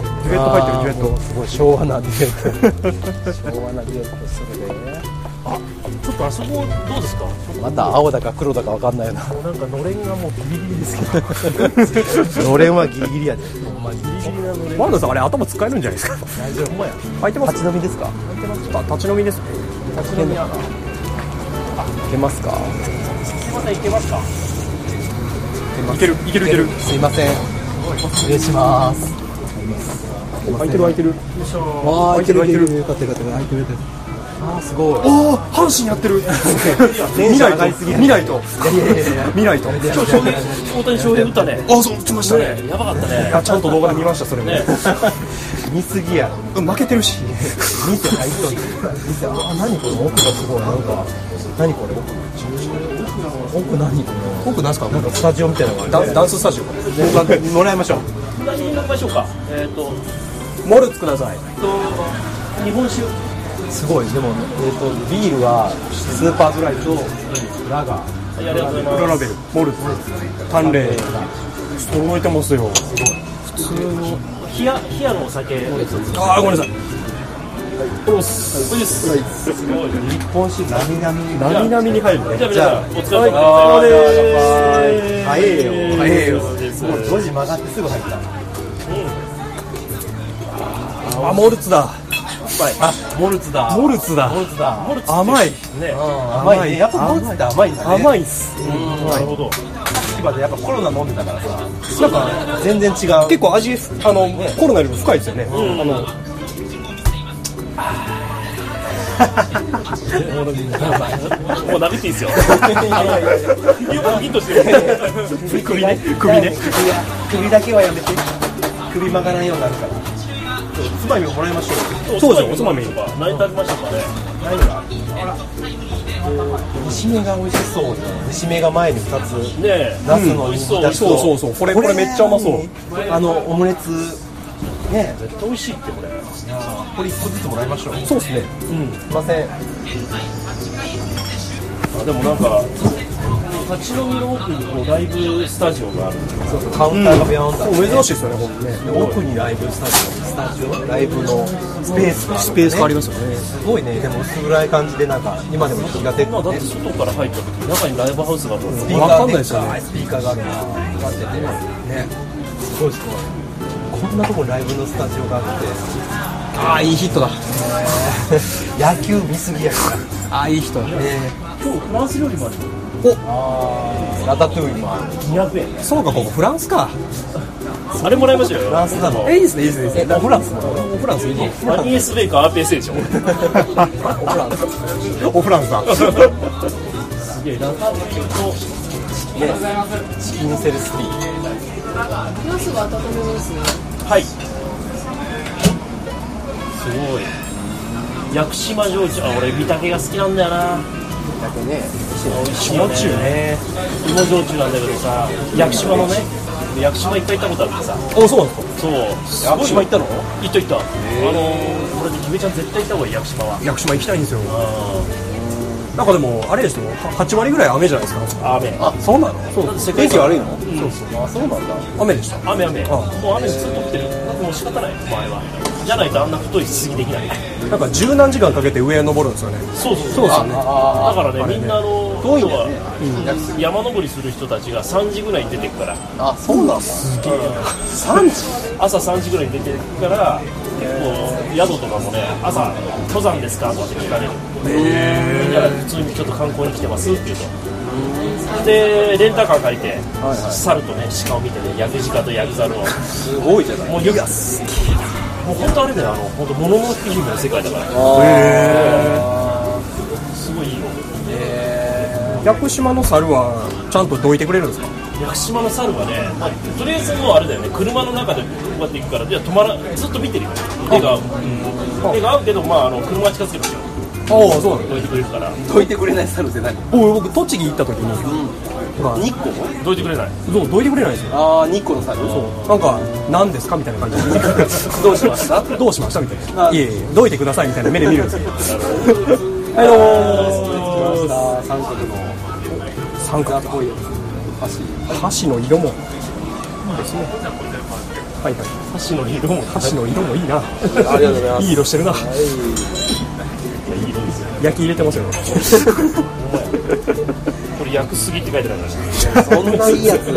[SPEAKER 6] エット入ってるデュエッ
[SPEAKER 4] すごい昭和なデュエット昭和なデュエットするね
[SPEAKER 5] ちょっとあそこどうですか
[SPEAKER 4] また青だか黒だかわかんないよな
[SPEAKER 5] なんかのれんがもうギリギリですけど
[SPEAKER 4] のれんはギリギリやで
[SPEAKER 6] トワンダさんあれ頭使えるんじゃないですか
[SPEAKER 4] 大丈夫や
[SPEAKER 6] 入ってます
[SPEAKER 4] 立ち飲みですか
[SPEAKER 6] 立ち飲みですね
[SPEAKER 4] 立ち飲みやいけますか
[SPEAKER 5] すいません行けますか
[SPEAKER 6] いけるいけるいける
[SPEAKER 4] すいません失礼します
[SPEAKER 6] 開いてる開いてる
[SPEAKER 4] わあ
[SPEAKER 6] 開
[SPEAKER 4] い
[SPEAKER 6] い
[SPEAKER 4] け
[SPEAKER 6] て
[SPEAKER 4] る
[SPEAKER 6] る
[SPEAKER 4] いけ
[SPEAKER 6] 開いて
[SPEAKER 4] るよかったよかった開いてるよかったあーすごい
[SPEAKER 6] おお阪神やってる見ないと見ないと見ないと
[SPEAKER 5] 今日衝撃大谷翔平打ったね
[SPEAKER 6] あそう打ちましたね
[SPEAKER 5] やばかったね
[SPEAKER 6] あちゃんと動画で見ましたそれも
[SPEAKER 5] ね
[SPEAKER 4] 見すぎやろ
[SPEAKER 6] うん負けてるし
[SPEAKER 4] 店入っとる店あー何この奥がすごいなんか何これ奥奥何これ
[SPEAKER 6] 僕なんすか
[SPEAKER 4] なんかスタジオみたいなのがある
[SPEAKER 6] ダンダンススタジオ
[SPEAKER 4] もらいましょう
[SPEAKER 5] 何飲みましょうかえっ、と
[SPEAKER 6] モルツください
[SPEAKER 5] えっと日本酒
[SPEAKER 4] すごいでも、ねえー、とビールはスーパードライとラガ
[SPEAKER 5] は
[SPEAKER 4] ー
[SPEAKER 5] いありがとうござい
[SPEAKER 6] 黒
[SPEAKER 5] ま
[SPEAKER 6] ラ
[SPEAKER 5] す
[SPEAKER 6] ベルモルツ淡麗揃えてますよ
[SPEAKER 5] 普通の冷や冷やのお酒
[SPEAKER 6] ああごめんなさい
[SPEAKER 5] これおすおいっす
[SPEAKER 6] はい
[SPEAKER 5] すごい
[SPEAKER 4] 日本酒なみなみ
[SPEAKER 5] なみなみに入るね
[SPEAKER 2] じゃあ皆
[SPEAKER 5] じ
[SPEAKER 2] さ
[SPEAKER 5] ゃ
[SPEAKER 2] ん、お疲れ様で
[SPEAKER 5] あ
[SPEAKER 2] した。
[SPEAKER 5] はい
[SPEAKER 6] 乾杯
[SPEAKER 5] 乾杯
[SPEAKER 6] 早えよ
[SPEAKER 5] です
[SPEAKER 4] もう路地曲がってすぐ入った
[SPEAKER 6] あモルツだ
[SPEAKER 4] あモルツだ
[SPEAKER 6] モルツだ
[SPEAKER 4] モルツだ
[SPEAKER 5] モルツって
[SPEAKER 6] 甘い
[SPEAKER 5] ね
[SPEAKER 4] うん甘いねやっぱモルツって甘いんだね
[SPEAKER 6] 甘いっす
[SPEAKER 5] なるほど
[SPEAKER 4] 今でやっぱコロナ飲んでたからさなんか全然違う
[SPEAKER 6] 結構味あのコロナよりも深いですよねあの
[SPEAKER 5] もう殴っていいですよ。 指をヒントしてる。首ね。首ね。
[SPEAKER 4] 首や首だけはやめて首曲がないようになるからつまみをもらいましょ
[SPEAKER 6] そうじゃんおつまみ
[SPEAKER 5] とか、何食べましたかね。
[SPEAKER 4] う何が煮しめが美味しそうね煮しめが前に2つ
[SPEAKER 5] ねえ。
[SPEAKER 4] ナスの煮出し
[SPEAKER 6] そうそ
[SPEAKER 4] と
[SPEAKER 6] うそうこれこれめっちゃうまそう
[SPEAKER 4] あのオムレツね
[SPEAKER 5] 絶対美味しいってこれ。
[SPEAKER 4] これ1個ずつもらいましょうす
[SPEAKER 6] そうっすね
[SPEAKER 4] いません
[SPEAKER 5] あでもなんか立ち飲みの奥にこうライブスタジオがある。
[SPEAKER 4] そうそうカウンターがビヨーンだ、
[SPEAKER 6] 珍しいですよねほんとね
[SPEAKER 4] 奥にライブスタジオスタジオライブのスペースがある、ね、
[SPEAKER 6] スペースがありますよね
[SPEAKER 4] すごいねでも薄暗い感じでなんか今でも気が出る
[SPEAKER 5] まあだって
[SPEAKER 4] ね
[SPEAKER 5] 外から入った時中にライブハウスがあるんです
[SPEAKER 4] スピ
[SPEAKER 5] よ。
[SPEAKER 4] ーカー
[SPEAKER 6] わかんないですよね
[SPEAKER 4] スピーカーがあるなかっててねすごいすごいこんなとこにライブのスタジオがあって
[SPEAKER 6] ああいいヒットだ
[SPEAKER 4] 野球見すぎやからね
[SPEAKER 6] ああいい人だ
[SPEAKER 5] 今日フランス料理もある。
[SPEAKER 4] ラタトゥーイもある
[SPEAKER 5] 二百円。
[SPEAKER 6] そうかここフランスか
[SPEAKER 5] あれもらいましたよ。
[SPEAKER 4] フランスだもん
[SPEAKER 6] えいいですねいいですねいいですねフランスフランスいいね
[SPEAKER 5] マニエスベーカー RPS でしょ。
[SPEAKER 6] おフランスだ
[SPEAKER 5] すげえラタトゥイユと
[SPEAKER 4] チキンセルスピー
[SPEAKER 7] ナスが温めますね。
[SPEAKER 5] はい。すごい。屋久島焼酎、あ、俺、御嶽が好きなんだよな。
[SPEAKER 4] だけね
[SPEAKER 5] 美味しいよね。芋焼酎なんだけどさ、屋久島のね、屋久島一回行ったことあるけどさ、
[SPEAKER 6] おそうなんですか
[SPEAKER 5] そう、
[SPEAKER 6] 屋久島行ったの
[SPEAKER 5] 行った行った。あのー、これでキベちゃん絶対行った方がいい、屋久島は。
[SPEAKER 6] 屋久島行きたいんですよなんかでもあれですよ8割ぐらい雨じゃないですか
[SPEAKER 5] あ雨。
[SPEAKER 6] あそうなのそう
[SPEAKER 5] だって世界遺産
[SPEAKER 6] い
[SPEAKER 5] う
[SPEAKER 6] の
[SPEAKER 5] ん
[SPEAKER 4] あそうなんだ
[SPEAKER 6] 雨でした
[SPEAKER 5] 雨雨。
[SPEAKER 6] あ
[SPEAKER 5] もう雨ずっと降ってる。なんかもう仕方ない、お前は。じゃないとあんな太い杉できない。
[SPEAKER 6] なんか十何時間かけて上へ登るんですよね
[SPEAKER 5] そうそう
[SPEAKER 6] そうですよね
[SPEAKER 5] だからね、
[SPEAKER 6] あれね
[SPEAKER 5] みんなあの
[SPEAKER 4] 遠い
[SPEAKER 5] 人
[SPEAKER 4] んだよ
[SPEAKER 5] が
[SPEAKER 4] ね
[SPEAKER 5] 山登りする人たちが3時ぐらいに出てくから
[SPEAKER 4] あそうなんだすげえ3時
[SPEAKER 5] 朝3時ぐらいに出てくから結構宿とかもね朝登山ですかとかって聞かれるみんなが普通にちょっと観光に来てますって言うとでレンタカー借りて、猿とね鹿を見てねヤクジカとヤクザルを
[SPEAKER 4] すごいじゃない
[SPEAKER 5] もうよくもう本当あれだよあの本当もののけ姫の世界だからすごいいいよ
[SPEAKER 6] 屋久島の猿はちゃんとどいてくれるんですか
[SPEAKER 5] 屋久島の猿はね、まあ、とりあえずもうあれだよね車の中でこうやって行くからじゃあ止まらずっと見てるよ手が合う手が合うけどまああの車近づけばしよ
[SPEAKER 6] ああそうなの
[SPEAKER 5] どいてくれるから
[SPEAKER 4] どいてくれない猿って何
[SPEAKER 6] お僕栃木行った時に、ほら
[SPEAKER 4] 日光
[SPEAKER 5] どいてくれない
[SPEAKER 6] どうどいてくれないんですよ
[SPEAKER 4] ああ日光の猿そう
[SPEAKER 6] なんか何ですかみたいな感じで
[SPEAKER 4] どうしました
[SPEAKER 6] どうしましたみたい
[SPEAKER 4] あ
[SPEAKER 6] な「いえいえどいてください」みたいな目で見るんですよはいどうも
[SPEAKER 4] あ三色の
[SPEAKER 6] 三角っぽい箸の色もいいですねはいはい
[SPEAKER 5] 箸の色も
[SPEAKER 6] 箸の色もいいな
[SPEAKER 4] ありがとうございます
[SPEAKER 6] いい色してるな焼き入れてますよ
[SPEAKER 5] これ屋久杉って書いてあるらしい
[SPEAKER 4] そんないいや つ切っ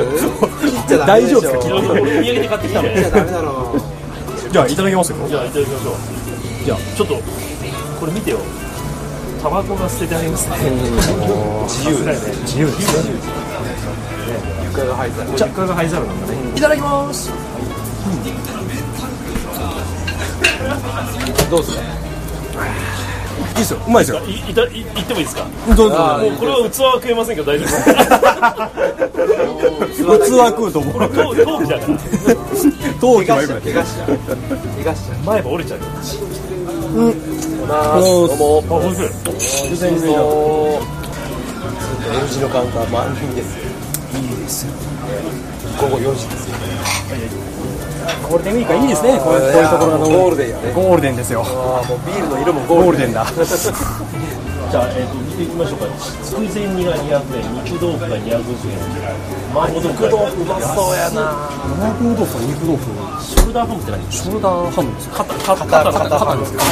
[SPEAKER 4] ちゃダメでしょ
[SPEAKER 6] 大丈夫です
[SPEAKER 5] これお土産で買ってきたの
[SPEAKER 4] 切っちゃ
[SPEAKER 5] じ
[SPEAKER 4] ダメだろ
[SPEAKER 6] じゃあいただきますよ
[SPEAKER 5] ゃあいただきましょうじゃあちょっとこれ見てよタバコが捨ててありますね自由だよね
[SPEAKER 6] 自由ですね
[SPEAKER 4] 床が入った
[SPEAKER 6] じゃあが灰皿なんだね
[SPEAKER 4] いただきますどうすね
[SPEAKER 6] いいですようまいですよ
[SPEAKER 5] いいたい行ってもいいですか
[SPEAKER 6] どうぞどうぞ
[SPEAKER 4] あ
[SPEAKER 5] もうこれは器は食えませんけど大丈夫です
[SPEAKER 6] 器食うと思う
[SPEAKER 5] 陶陶器だから
[SPEAKER 6] 陶器
[SPEAKER 4] 怪
[SPEAKER 6] は
[SPEAKER 4] 我
[SPEAKER 6] よ
[SPEAKER 4] し
[SPEAKER 6] く
[SPEAKER 4] ちゃ
[SPEAKER 6] な
[SPEAKER 4] 怪我し
[SPEAKER 6] いう
[SPEAKER 4] ちゃう怪我しちゃう
[SPEAKER 5] 前歯折れちゃうよ
[SPEAKER 4] どうも
[SPEAKER 5] あ面白い
[SPEAKER 4] そうちょっとエンジのカウンター満員ですよ
[SPEAKER 6] いいですよ午後4時ですよゴールデンウィークはいいですねこういうこういうところがゴールデンよねゴールデンですよああもうビールの色もゴールデンだ
[SPEAKER 2] じゃあ、えっと見ていきましょうか筑前煮が200円肉豆腐が250円麻婆豆腐がうまそうやな
[SPEAKER 6] 麻婆豆腐は肉豆腐は
[SPEAKER 2] ショルダーホームって何
[SPEAKER 6] ショルダーハムですよ肩肩肩肩ハムですよ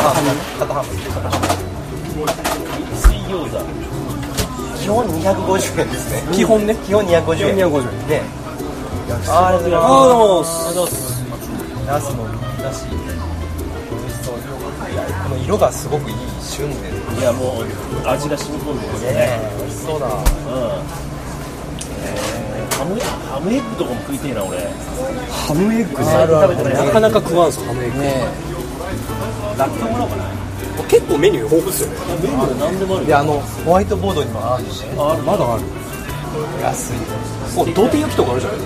[SPEAKER 6] 肩ハム
[SPEAKER 2] 水餃子
[SPEAKER 4] 基本250円ですね
[SPEAKER 6] 基本ね
[SPEAKER 4] 基本250円
[SPEAKER 6] 250円
[SPEAKER 4] ねあありがとうござい
[SPEAKER 6] あ
[SPEAKER 4] ま
[SPEAKER 6] あどうも
[SPEAKER 4] すナスもだし美味しそういやこの色がすごくいい旬でね
[SPEAKER 2] いやもう味が染み込んでますよね
[SPEAKER 4] え美味しそうだ
[SPEAKER 2] うんえーハムハムエッグとかも食いてえな俺
[SPEAKER 6] ハムエッグね
[SPEAKER 2] あるある
[SPEAKER 6] なかなか食わんすハムエッグ
[SPEAKER 2] ラッキョもらおうかな
[SPEAKER 6] 結構メニュー豊富っすよね
[SPEAKER 2] メニュー何でもある
[SPEAKER 4] であのホワイトボードにもあるし
[SPEAKER 6] あるまだある
[SPEAKER 4] 安い
[SPEAKER 6] お土手焼きとかあるじゃない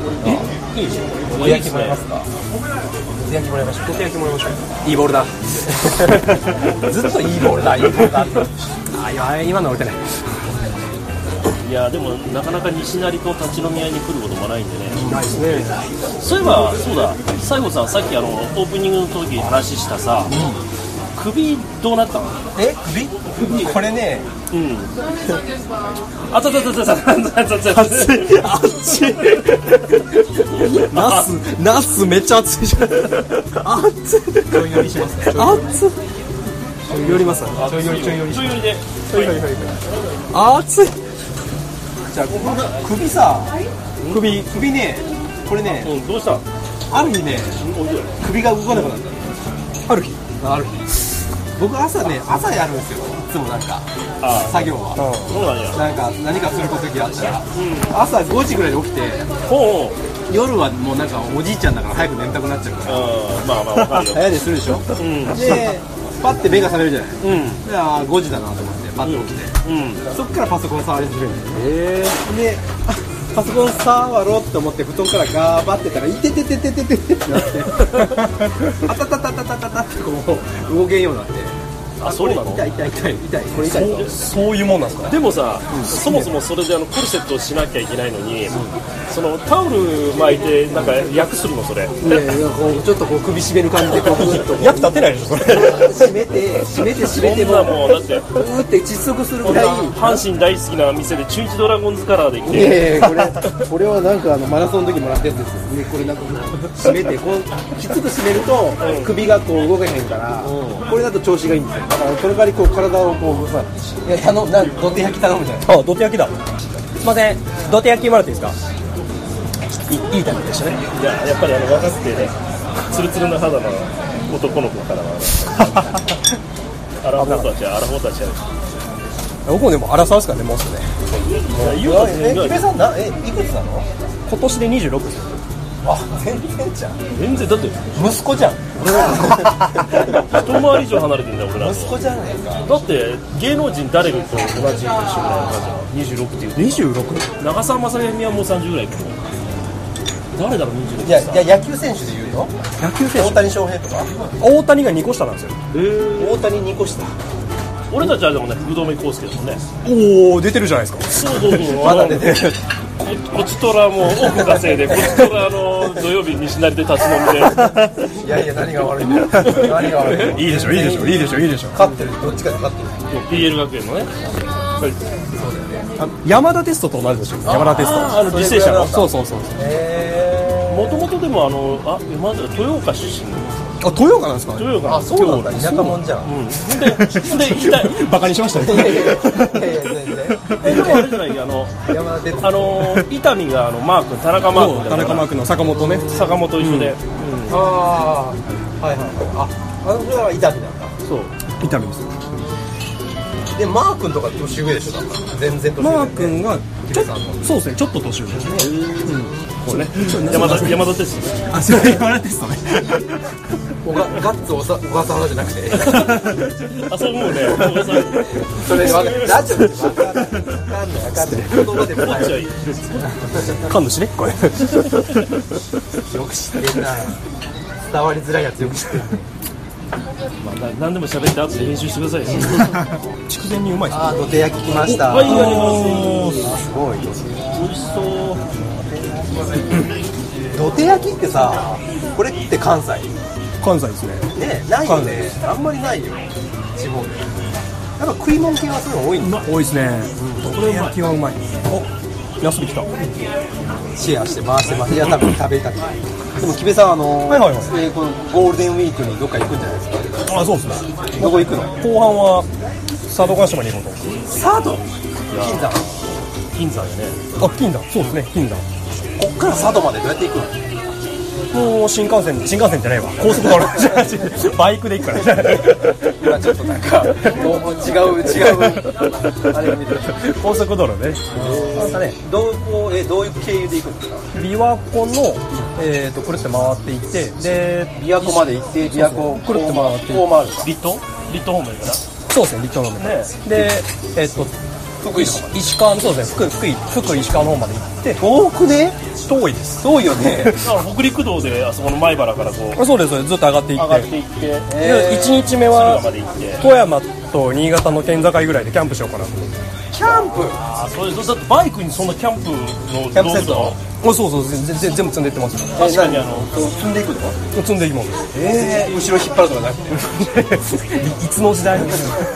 [SPEAKER 6] えいいじゃん
[SPEAKER 2] お
[SPEAKER 4] お焼きもらえますかお焼きもらいましょう
[SPEAKER 6] 土手焼きもらいましょういいボールだ
[SPEAKER 4] ずっといいボールだいいボールだって
[SPEAKER 6] あいや今のは打てない
[SPEAKER 2] いやでもなかなか西成と立ち飲み屋に来ることもないんでね
[SPEAKER 6] ないですね
[SPEAKER 2] そういえばそうだ西郷さんさっきあのオープニングの時に話したさ、首どうなったの
[SPEAKER 4] え首これね
[SPEAKER 2] うんあたたたたたたたたた
[SPEAKER 6] あっちナスナスめっちゃ熱いじゃんあっち
[SPEAKER 4] ちょい寄りしますね
[SPEAKER 6] あっち寄ります
[SPEAKER 2] ちょいよりちょいよりちょいよりで
[SPEAKER 6] 熱い
[SPEAKER 4] じゃあここが首さ首首ねこれね
[SPEAKER 2] うんどうしたうん
[SPEAKER 4] ある日ね
[SPEAKER 2] おいでよ
[SPEAKER 4] 首が動かなくなった
[SPEAKER 6] ある日ある
[SPEAKER 4] 僕朝ね朝やるんですよいつもなんか
[SPEAKER 2] あ
[SPEAKER 4] 作業は
[SPEAKER 2] あそうなんや
[SPEAKER 4] なんか何かすることがあったら朝5時ぐらいに起きて
[SPEAKER 2] ほうほう
[SPEAKER 4] 夜はもうなんかおじいちゃんだから早く眠たくなっちゃうか
[SPEAKER 2] う
[SPEAKER 4] ら
[SPEAKER 2] んまあまあわかるよ
[SPEAKER 4] 早寝するでしょ
[SPEAKER 2] うん
[SPEAKER 4] でパッて目が覚めるじゃない
[SPEAKER 2] うん
[SPEAKER 4] であー5時だなと思ってパッて起きて、
[SPEAKER 2] うん
[SPEAKER 4] そっからパソコン触り始めるであパソコン触ろうと思って布団からガーバってたらいてててててててってなってあたたたたたたたってこう動けんようになって
[SPEAKER 2] あそうなの
[SPEAKER 4] 痛い痛い痛い痛いこれ痛い
[SPEAKER 6] そういうもんなんですか
[SPEAKER 2] でもさ、そもそもそれであのコルセットをしなきゃいけないのに、そのタオル巻いてなんか訳するのそれ、
[SPEAKER 6] いやいやこうちょっとこう首絞める感じでこう
[SPEAKER 4] 役立てないでしょそれ
[SPEAKER 8] 閉めて、閉めて、閉めて
[SPEAKER 2] そん
[SPEAKER 8] も
[SPEAKER 2] な
[SPEAKER 8] う、
[SPEAKER 2] もうだって
[SPEAKER 8] うーって窒息する
[SPEAKER 2] こ
[SPEAKER 8] ぐ
[SPEAKER 2] ん
[SPEAKER 8] ら。
[SPEAKER 2] ない阪神大好きな店で中日ドラゴンズカラーで来て、
[SPEAKER 8] ええこれ、これはなんかあのマラソンの時もらったやつですよね。これなんかこう締めて、こう、きつく締めると、首がこう動かへんから、これだと調子がいいんですよ。だから、その代わりこう体をこう動かない。
[SPEAKER 4] いや頼むな土手焼き頼むじゃない
[SPEAKER 6] あ土手焼きだすいません土手焼きもらっていいですかいいいタイムでしたね
[SPEAKER 2] いややっぱりあの若くてね、ツルツルな肌の男の子からは、アラフォーたちはアラフォーたちは、
[SPEAKER 6] 僕もでも荒沢ですからねもうすぐね
[SPEAKER 2] ゆうた
[SPEAKER 4] え
[SPEAKER 2] く
[SPEAKER 4] 木
[SPEAKER 2] ん
[SPEAKER 4] 部さんなえいくつなの
[SPEAKER 6] 今年で26です
[SPEAKER 4] あ全然じゃん
[SPEAKER 2] 全然だって
[SPEAKER 4] 息子じゃん
[SPEAKER 2] 一回り以上離れてんだよ俺ら
[SPEAKER 4] 息
[SPEAKER 2] と。
[SPEAKER 4] 子じゃないか
[SPEAKER 2] だって芸能人誰と同じ一緒ぐらいの感じ26っていうと
[SPEAKER 6] 26
[SPEAKER 2] 長澤まさみはもう30ぐらいいくの誰だろう26
[SPEAKER 4] いやいや野球選手で言うよ
[SPEAKER 6] 野球選
[SPEAKER 4] 大谷翔平とか
[SPEAKER 6] 手大谷が2個下なんですよ
[SPEAKER 4] 大谷2個下
[SPEAKER 2] 俺たちはでもね福留康介だもんね
[SPEAKER 6] おお出てるじゃないですか
[SPEAKER 2] そうそうそう
[SPEAKER 4] まだ出てる
[SPEAKER 2] ここちとらもう奥稼いでこちとらあの土曜日西成で立ち飲みで
[SPEAKER 4] いやいや何が悪いんだよ何が悪いんだよ
[SPEAKER 6] いいでしょいいでしょいいでしょいいでしょ
[SPEAKER 4] 勝ってるどっちかで勝ってる
[SPEAKER 2] PL 学園のね
[SPEAKER 6] 山田テストと同じでしょ山田テス
[SPEAKER 2] あの履正社の
[SPEAKER 6] トそうそうそう
[SPEAKER 4] え
[SPEAKER 2] もともとでもあのあまず豊岡出身
[SPEAKER 6] あ豊岡なんですか
[SPEAKER 2] 豊岡
[SPEAKER 4] ー、あそうなんだ田舎もんじゃん
[SPEAKER 2] うんででいた
[SPEAKER 6] バカにしました
[SPEAKER 4] いやいやいや
[SPEAKER 6] ね
[SPEAKER 4] 全 然
[SPEAKER 2] えでもあれじゃないあの
[SPEAKER 4] 山田哲
[SPEAKER 2] あの伊丹があのマー君田中マー君だ
[SPEAKER 6] 田
[SPEAKER 2] から
[SPEAKER 6] 中マー君の坂本ね
[SPEAKER 2] 坂本一緒で、
[SPEAKER 4] ああーはいはいはいああの人は伊丹なんだ
[SPEAKER 2] そう
[SPEAKER 6] 伊丹ですよ
[SPEAKER 4] でマー君とか年上でしょだから全然年上
[SPEAKER 6] マー君がちょっとそうですねちょっと年上ですね
[SPEAKER 2] これね山田山田哲司
[SPEAKER 6] あそれ山田テストね
[SPEAKER 4] おがガッツおさ小笠原じゃなくて
[SPEAKER 2] あそう思うね小笠原
[SPEAKER 4] それわか ラジオで分かんない分かんない分かんない言葉で
[SPEAKER 2] こっち
[SPEAKER 4] 答
[SPEAKER 2] は
[SPEAKER 4] え
[SPEAKER 2] いい
[SPEAKER 6] 神主ねこれ
[SPEAKER 4] よく知ってんな伝わりづらいやつよく知ってる
[SPEAKER 2] まあ、な何でも喋って後で編集してくださいよ
[SPEAKER 6] 筑前煮うまいですね
[SPEAKER 4] あー、土手焼き来ました。
[SPEAKER 2] はいありがとうございます
[SPEAKER 4] ごい。
[SPEAKER 2] す美味しそう
[SPEAKER 4] 土手焼きってさ、これって関西
[SPEAKER 6] 関西ですね
[SPEAKER 4] ね、ないよね
[SPEAKER 6] 関。
[SPEAKER 4] あんまりないよ。地方で。やっぱ食い物系はそういうの多いんだ。
[SPEAKER 6] 多いですねどら焼きはうまいお休み来た
[SPEAKER 4] シェアして回してます。いや、多分食べたくない。でも、木部さん、あのー、
[SPEAKER 6] はいはいはい
[SPEAKER 4] えーこのゴールデンウィークにどっか行くんじゃないですか。
[SPEAKER 6] あそうですね
[SPEAKER 4] どこ行くの
[SPEAKER 6] 後半は佐渡島に行こう
[SPEAKER 4] サード金山。
[SPEAKER 2] 金山やね
[SPEAKER 6] とあ金山そうですね金山
[SPEAKER 4] こっから佐渡までどうやって行くの
[SPEAKER 6] もう新幹線新幹線じゃないわ高速道路バイクで行くから
[SPEAKER 4] 今ちょっとなんか、もう違う、違う、あれを見てる。
[SPEAKER 6] 高速道路ね
[SPEAKER 4] なんかね、どう、こう、え、どういう経由で行くんですか
[SPEAKER 6] 琵琶湖の、えー、とくるって回っていってで
[SPEAKER 4] 琵琶湖まで行って、琵琶湖、
[SPEAKER 6] くるって回って
[SPEAKER 4] こう回るか。
[SPEAKER 2] リットリット方面か
[SPEAKER 6] そうですね立東の
[SPEAKER 2] らね
[SPEAKER 6] でえっ、と
[SPEAKER 4] 福井の方まで。
[SPEAKER 6] 石川のそうですね福井福井福井石川の方まで行って
[SPEAKER 4] 遠くね
[SPEAKER 6] 遠いです
[SPEAKER 4] 遠いよね。
[SPEAKER 2] だから北陸道であそこの前原からこう
[SPEAKER 6] あそうですそうですずっと上がってい
[SPEAKER 2] 上がっ
[SPEAKER 6] って
[SPEAKER 2] ていって敦
[SPEAKER 6] で一1日目
[SPEAKER 2] 賀
[SPEAKER 6] は
[SPEAKER 2] まで行って
[SPEAKER 6] 富山と新潟の県境ぐらいでキャンプしようかなと
[SPEAKER 4] キャンプ
[SPEAKER 2] ああそうですだってバイクにそんなキャンプの
[SPEAKER 4] キャンプセッ
[SPEAKER 2] 道具
[SPEAKER 4] ト
[SPEAKER 2] だ
[SPEAKER 6] あそうそう全然全部積んでいってます
[SPEAKER 2] 確かにあの
[SPEAKER 4] 積んでいくの
[SPEAKER 6] 積んでいきます
[SPEAKER 4] ええ後ろ引っ張るとかなくて。
[SPEAKER 6] いつの時代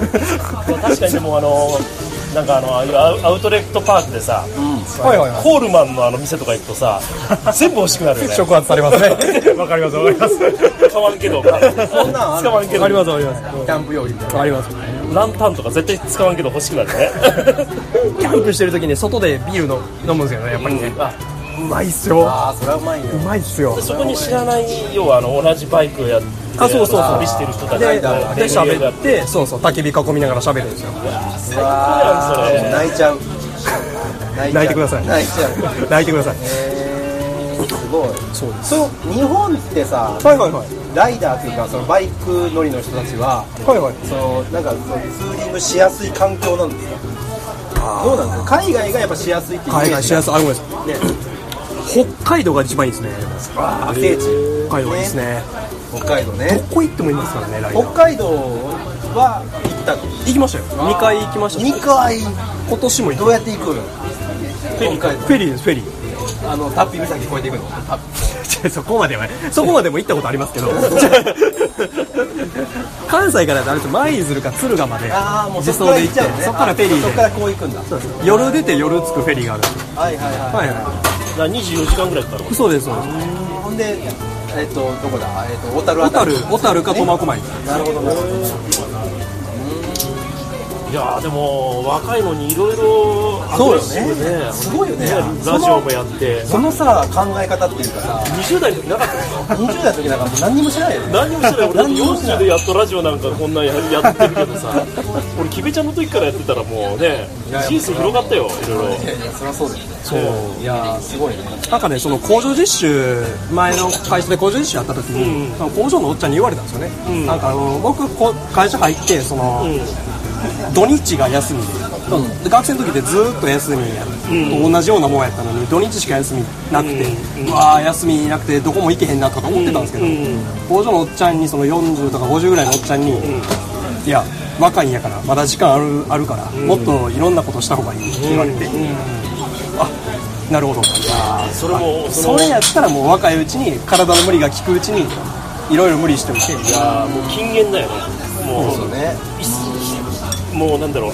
[SPEAKER 2] 確かにでもあのなんかあのああいうアウアウトレットパークでさ、
[SPEAKER 6] はいはいはい
[SPEAKER 2] コールマンのあの店とか行くとさ全部欲しくなるよ ね
[SPEAKER 6] 触発されますねわかりますわかります
[SPEAKER 2] 使わんけどそ
[SPEAKER 4] んなんある
[SPEAKER 2] 使わんけ
[SPEAKER 6] わかり
[SPEAKER 2] ど
[SPEAKER 6] ますわかります
[SPEAKER 4] キャンプ用品みたいな。
[SPEAKER 6] わかります
[SPEAKER 2] ランタンとか絶対使わんけど欲しくなるね
[SPEAKER 6] キャンプしてる時に外でビールの飲むんですよねやっぱりね、
[SPEAKER 2] あ
[SPEAKER 6] うまいっすよ
[SPEAKER 4] ああ、それはうまいよ。
[SPEAKER 6] うまいっすよ
[SPEAKER 2] そこに知らない要はあの同じバイクをやって
[SPEAKER 6] あそうそうそう
[SPEAKER 2] 旅してる人たち
[SPEAKER 6] でで
[SPEAKER 2] と
[SPEAKER 6] 喋ってそうそう焚き火囲みながら喋るんですよ
[SPEAKER 2] 最高やんそれ
[SPEAKER 4] 泣いちゃう。泣
[SPEAKER 6] 泣いてください
[SPEAKER 4] 泣いちゃう。
[SPEAKER 6] 泣いてください
[SPEAKER 4] えーすごい
[SPEAKER 6] そうです
[SPEAKER 4] そう日本ってさ
[SPEAKER 6] はいはいはい
[SPEAKER 4] ライダーというかそのバイク乗りの人たちは
[SPEAKER 6] はいはい
[SPEAKER 4] そのなんかそのツーリングしやすい環境なんですかどうなんですか海外がやっぱしやすいっていうイメー
[SPEAKER 6] 海
[SPEAKER 4] ジ
[SPEAKER 6] 外しやすいあごめんなさ
[SPEAKER 4] ね
[SPEAKER 6] い北海道が一番いいですね
[SPEAKER 4] あー聖地
[SPEAKER 6] 北海道いいですね
[SPEAKER 4] 北海道
[SPEAKER 6] ど
[SPEAKER 4] ね
[SPEAKER 6] こ行ってもいいですからねライ
[SPEAKER 4] 北
[SPEAKER 6] ダー
[SPEAKER 4] 海道は行ったの
[SPEAKER 6] 行きましたよ2回行きましたし
[SPEAKER 4] 2回
[SPEAKER 6] 今年も行
[SPEAKER 4] どうやって行くの北海
[SPEAKER 6] くフェリーですフェリー
[SPEAKER 4] 道あのタッピ岬越えていくの
[SPEAKER 6] 違うそこまではそこまでも行ったことあり ますけど関西からだと舞鶴か敦賀まで
[SPEAKER 4] ああもう
[SPEAKER 6] 自
[SPEAKER 4] そこ
[SPEAKER 6] 走
[SPEAKER 4] から行っち
[SPEAKER 6] で行って
[SPEAKER 4] ゃうのね
[SPEAKER 6] そこからフェリ
[SPEAKER 4] あそ
[SPEAKER 6] ー
[SPEAKER 4] こか
[SPEAKER 6] で
[SPEAKER 4] らこう行くんだ
[SPEAKER 6] 夜出て夜着くフェリーがある
[SPEAKER 4] はいはいはい、
[SPEAKER 6] はいは
[SPEAKER 2] だから24時間ぐらいかかるわ
[SPEAKER 6] いそうですそうです
[SPEAKER 4] ほんでえっ、とどこだえっ、と小樽
[SPEAKER 6] 小
[SPEAKER 4] あたり
[SPEAKER 6] 樽小樽か苫小牧
[SPEAKER 4] なるほどなるほど
[SPEAKER 2] いやーでも若いのにいろいろ
[SPEAKER 4] そう
[SPEAKER 2] 新
[SPEAKER 4] よね
[SPEAKER 2] しいよね
[SPEAKER 4] すごいよね
[SPEAKER 2] ラジオもやって
[SPEAKER 4] そのさ考え方っていうかさ
[SPEAKER 2] 20代の時なかったでしょ
[SPEAKER 4] 20代の時なんかもう何にもしないよね
[SPEAKER 2] 何にもしてない俺だって
[SPEAKER 4] 何にもしてない
[SPEAKER 2] 40でやっとラジオなんかこんなんやってるけどさ俺キベちゃんの時からやってたらもうね人生広がったよいろいろ
[SPEAKER 4] いやいやそりゃそうですね
[SPEAKER 6] そう
[SPEAKER 4] いやーすごいね
[SPEAKER 6] なんかねその工場実習前の会社で工場実習やった時に、その工場のおっちゃんに言われたんですよね、
[SPEAKER 2] ん
[SPEAKER 6] なんかあの僕こ会社入ってその、土日が休みで,、で学生の時ってずーっと休みや、と同じようなもんやったのに土日しか休みなくて、うわー休みなくてどこも行けへんなとか思ってたんですけど、工場のおっちゃんにその40とか50ぐらいのおっちゃんに、いや若いんやからまだ時間あるあるから、もっといろんなことした方がいいって言われて、あなるほど
[SPEAKER 2] それもそ
[SPEAKER 6] そ
[SPEAKER 2] の
[SPEAKER 6] れやったらもう若いうちに体の無理が効くうちにいろいろ無理しておいて
[SPEAKER 2] あーもう禁煙だよねもう
[SPEAKER 4] そうね
[SPEAKER 2] いっもうなんだろう